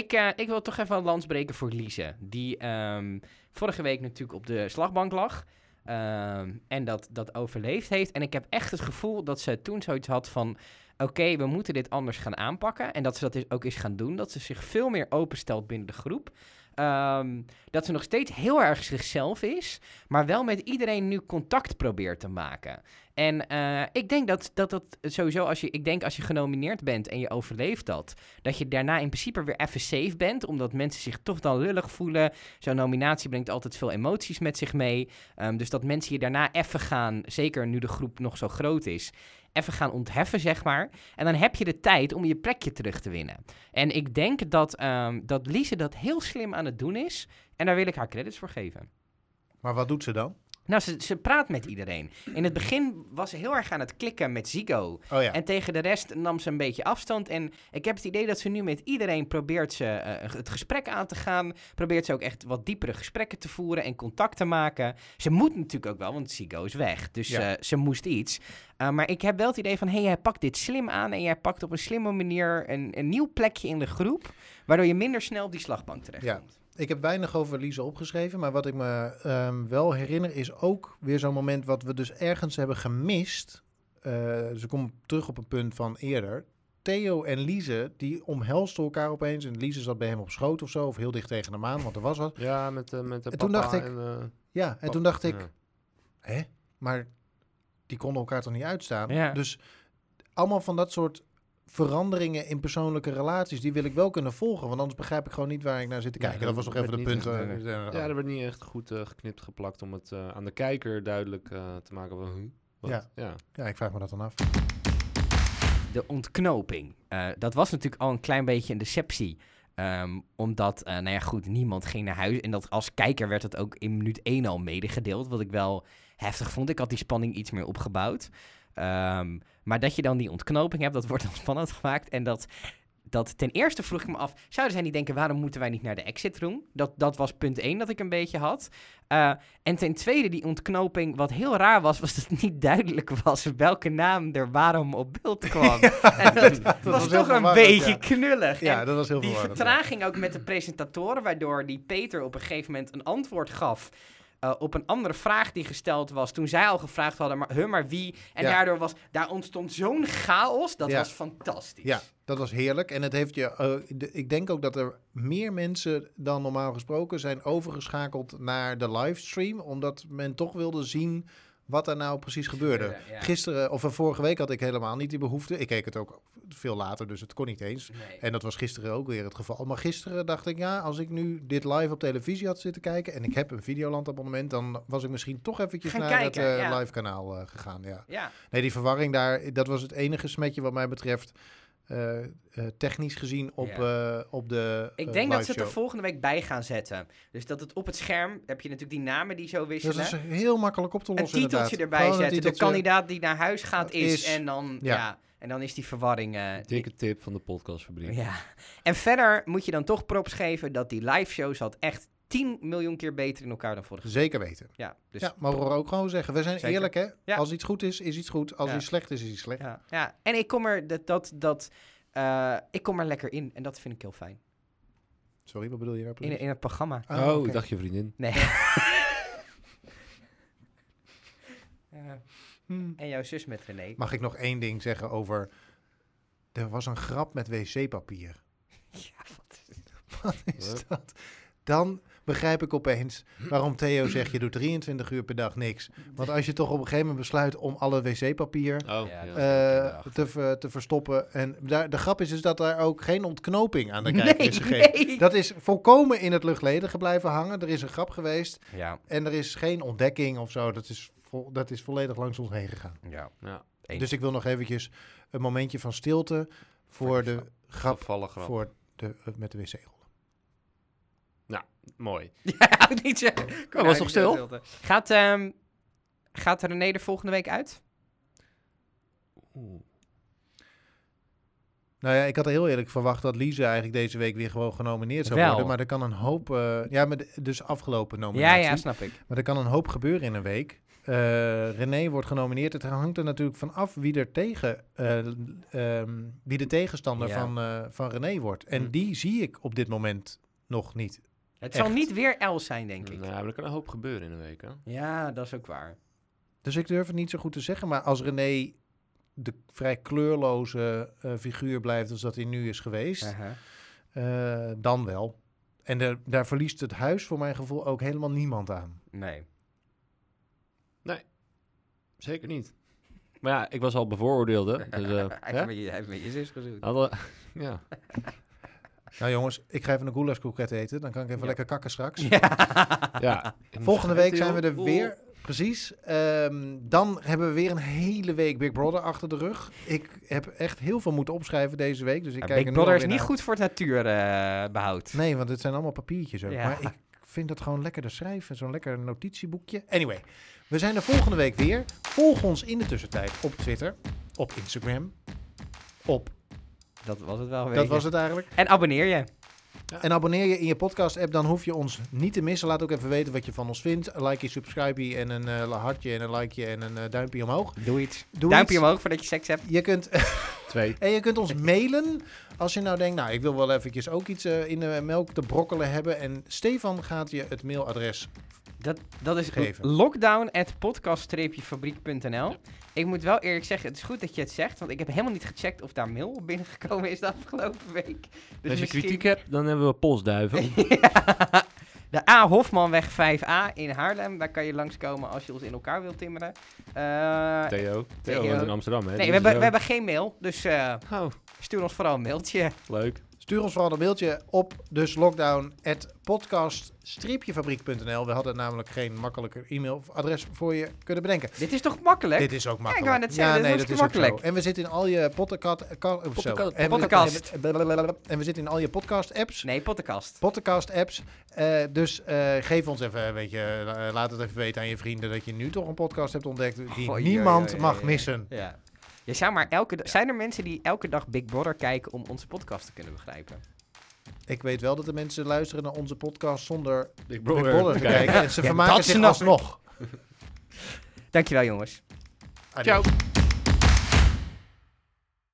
Ik, eh, ik wil toch even een lans breken voor Lise. Die ehm, vorige week natuurlijk op de slagbank lag. ehm, en dat, dat overleefd heeft. En ik heb echt het gevoel dat ze toen zoiets had van... Oké, we moeten dit anders gaan aanpakken. En dat ze dat is, ook is gaan doen. Dat ze zich veel meer openstelt binnen de groep. Ehm, dat ze nog steeds heel erg zichzelf is. Maar wel met iedereen nu contact probeert te maken. En eh, ik denk dat, dat dat sowieso... Als je, ik denk als je genomineerd bent en je overleeft dat dat je daarna in principe weer even safe bent, omdat mensen zich toch dan lullig voelen. Zo'n nominatie brengt altijd veel emoties met zich mee. Ehm, dus dat mensen je daarna even gaan, zeker nu de groep nog zo groot is, even gaan ontheffen, zeg maar. En dan heb je de tijd om je plekje terug te winnen. En ik denk dat, ehm dat Lise dat heel slim aan het doen is. En daar wil ik haar credits voor geven. Maar wat doet ze dan? Nou, ze, ze praat met iedereen. In het begin was ze heel erg aan het klikken met Zico. Oh ja, En tegen de rest nam ze een beetje afstand. En ik heb het idee dat ze nu met iedereen probeert ze, eh, het gesprek aan te gaan. Probeert ze ook echt wat diepere gesprekken te voeren en contact te maken. Ze moet natuurlijk ook wel, want Sigo is weg. Dus Ja. eh, ze moest iets. Eh, maar ik heb wel het idee van, hé, hey, jij pakt dit slim aan. En jij pakt op een slimme manier een, een nieuw plekje in de groep. Waardoor je minder snel op die slagbank terechtkomt. ik heb weinig over Lise opgeschreven, maar wat ik me ehm, wel herinner is ook weer zo'n moment wat we dus ergens hebben gemist. Eh, dus ik kom terug op een punt van eerder. Theo en Lise, die omhelsten elkaar opeens. En Lise zat bij hem op schoot of zo, of heel dicht tegen de maan, want er was wat. Ja, met, eh, met de En toen papa dacht ik- en, eh, Ja, en pap- toen dacht ik, ja. Hè? Maar die konden elkaar toch niet uitstaan? Ja. Dus allemaal van dat soort veranderingen in persoonlijke relaties, die wil ik wel kunnen volgen. Want anders begrijp ik gewoon niet waar ik naar zit te Nee, kijken. dat dat was nog werd even de niet punt. echt, eh, Ja, er werd niet echt goed eh, geknipt, geplakt om het eh, aan de kijker duidelijk eh, te maken van huh, wat? Ja. ja. ja, ik vraag me dat dan af. De ontknoping. Eh, dat was natuurlijk al een klein beetje een deceptie. Ehm, omdat, eh, nou ja, goed, niemand ging naar huis. En dat als kijker werd dat ook in minuut 1 al medegedeeld. Wat ik wel heftig vond. Ik had die spanning iets meer opgebouwd. Ehm, maar dat je dan die ontknoping hebt, dat wordt dan spannend gemaakt. En dat, dat ten eerste vroeg ik me af, zouden zij niet denken, waarom moeten wij niet naar de exit room? Dat, dat was punt 1 dat ik een beetje had. Eh, en ten tweede, die ontknoping, wat heel raar was, was dat het niet duidelijk was welke naam er waarom op beeld kwam. en dat, was, was heel toch een verwarrend, beetje ja. knullig. En Ja, dat was heel die verwarrend. vertraging ook met de presentatoren, waardoor die Peter op een gegeven moment een antwoord gaf. eh, op een andere vraag die gesteld was. Toen zij al gevraagd hadden, maar, huh, maar wie? En Ja. daardoor was, daar ontstond zo'n chaos. Dat Ja. was fantastisch. Ja, dat was heerlijk. En het heeft je. eh, de- ik denk ook dat er meer mensen dan normaal gesproken zijn overgeschakeld naar de livestream. Omdat men toch wilde zien wat er nou precies gebeurde. Ja. Gisteren of eh, vorige week had ik helemaal niet die behoefte. Ik keek het ook veel later, dus het kon niet eens. Nee. En dat was gisteren ook weer het geval. Maar gisteren dacht ik, ja, als ik nu dit live op televisie had zitten kijken en ik heb een Videoland abonnement, dan was ik misschien toch eventjes Gaan naar kijken, het eh, ja. live kanaal eh, gegaan. Ja. Ja, Nee, die verwarring daar, dat was het enige smetje wat mij betreft. eh, eh, technisch gezien op, eh, op de. ik eh, denk dat ze het liveshow. er volgende week bij gaan zetten. Dus dat het op het scherm, heb je natuurlijk die namen die zo wisselen. Dat is heel makkelijk op te een lossen. titeltje inderdaad. erbij Gewoon een zetten. De titeltje. kandidaat die naar huis gaat is. Is. en, dan, ja. Ja. en dan is die verwarring... eh, Dikke tip van de podcastfabriek. Ja. En verder moet je dan toch props geven dat die live show zat echt 10 miljoen keer beter in elkaar dan vorige. Zeker weten. Ja, dus ja, mogen we ook gewoon zeggen. We zijn Zeker. eerlijk, hè? Ja. Als iets goed is, is iets goed. Als Ja. iets slecht is, is iets slecht. ja. ja. En ik kom er dat, dat, dat eh, ik kom er lekker in en dat vind ik heel fijn. Sorry, wat bedoel je daar In, precies? in het programma. Ah, oh, oké. dacht je vriendin. Nee. Eh, Hmm. en jouw zus met René. Mag ik nog één ding zeggen over. Er was een grap met wc-papier. Ja, wat is- Wat Wat? is dat? Dan begrijp ik opeens Hm? waarom Theo zegt: je doet 23 uur per dag niks. Want als je toch op een gegeven moment besluit om alle wc-papier Oh, Ja, ja. dat- eh, dag. te, ver- te verstoppen. En daar, de grap is, is dat daar ook geen ontknoping aan de Nee, kijker is gegeven. nee. Dat is volkomen in het luchtledige blijven hangen. Er is een grap geweest Ja, en er is geen ontdekking of zo. Dat is, vo- dat is volledig langs ons heen gegaan. ja. Ja, Eens. Dus ik wil nog eventjes een momentje van stilte voor de grap gevallen grap. voor de, eh, met de wc-rol. Mooi. Hou niet zo. Kom nou, was toch stil? stilte. Gaat, ehm, gaat René er volgende week uit? Nou ja, ik had heel eerlijk verwacht dat Lisa eigenlijk deze week weer gewoon genomineerd zou Wel. worden. Maar er kan een hoop... eh, ja, maar de- dus afgelopen Ja, nominatie. ja, snap ik. Maar er kan een hoop gebeuren in een week. Eh, René wordt genomineerd. Het hangt er natuurlijk van af wie, er tegen, eh, ehm, wie de tegenstander Ja. van, eh, van René wordt. En Hm. die zie ik op dit moment nog niet. Het Echt. zal niet weer Els zijn, denk ik. Nou, maar er kan een hoop gebeuren in een week, hè? Ja, dat is ook waar. Dus ik durf het niet zo goed te zeggen. Maar als René de vrij kleurloze eh, figuur blijft als dat hij nu is geweest, Aha. eh, dan wel. En daar- daar verliest het huis voor mijn gevoel ook helemaal niemand aan. Nee. Zeker niet. Maar ja, ik was al bevooroordeelde. Dus, eh, hij, hè? heeft me, hij heeft me Isis gezoend. Hadden we- ja. Nou jongens, ik ga even een goulaschkoeket eten. Dan kan ik even Ja. lekker kakken straks. ja. Ik moet Volgende week schijten, zijn we joh. er weer. Precies. Ehm, dan hebben we weer een hele week Big Brother achter de rug. Ik heb echt heel veel moeten opschrijven deze week. Dus ik Ja, kijk Big er Brother nu is alweer niet naar goed voor het natuurbehoud. uit. Nee, want het zijn allemaal papiertjes ook. Ja. Maar ik vind dat gewoon lekkerder schrijven. Zo'n lekker notitieboekje. Anyway, we zijn er volgende week weer. Volg ons in de tussentijd op Twitter, op Instagram, op... Dat was het wel weer. Dat was het eigenlijk. En abonneer je. En abonneer je in je podcast-app, dan hoef je ons niet te missen. Laat ook even weten wat je van ons vindt. Like je, subscribe je en een eh, hartje en een likeje en een eh, duimpje omhoog. Doe iets. Doe Duimpje iets. omhoog voordat je seks hebt. Je kunt, Dus Twee. en je kunt ons mailen als je nou denkt, nou ik wil wel eventjes ook iets eh, in de melk te brokkelen hebben. En Stefan gaat je het mailadres. Dat, dat is Geven. lockdown.podcast-fabriek.nl Ik moet wel eerlijk zeggen, het is goed dat je het zegt, want ik heb helemaal niet gecheckt of daar mail op binnengekomen is de afgelopen week. Dus Als je misschien- kritiek hebt, dan hebben we polsduiven. De A. Hofmanweg 5A in Haarlem, daar kan je langskomen als je ons in elkaar wilt timmeren. Eh, Theo. Theo Theo. woont in Amsterdam, hè? nee, Die we is hebben, er we hebben geen mail, dus eh, ook. Oh, stuur ons vooral een mailtje. leuk. Stuur ons vooral een mailtje op dus lockdown.podcast-fabriek.nl. We hadden namelijk geen makkelijker e-mailadres voor je kunnen bedenken. Dit is toch makkelijk? Dit is ook makkelijk. wou net zeggen, dit is hartstikke ook zo. En we zitten in al je podcast... Ka- of zo. Podcast. En we- Podcast. En we zitten in al je podcast-apps. Nee, podcast. podcast-apps. Eh, dus eh, geef ons even, weet je, eh, laat het even weten aan je vrienden dat je nu toch een podcast hebt ontdekt die Goh, niemand joh, joh, mag joh, joh. missen. Ja. Je zou maar elke da- Zijn er mensen die elke dag Big Brother kijken om onze podcast te kunnen begrijpen? Ik weet wel dat de mensen luisteren naar onze podcast zonder Big Big Brother. Brother te Kijk. kijken. En ze Ja, vermaken dat zich snap ik. alsnog. Dankjewel jongens. Adios.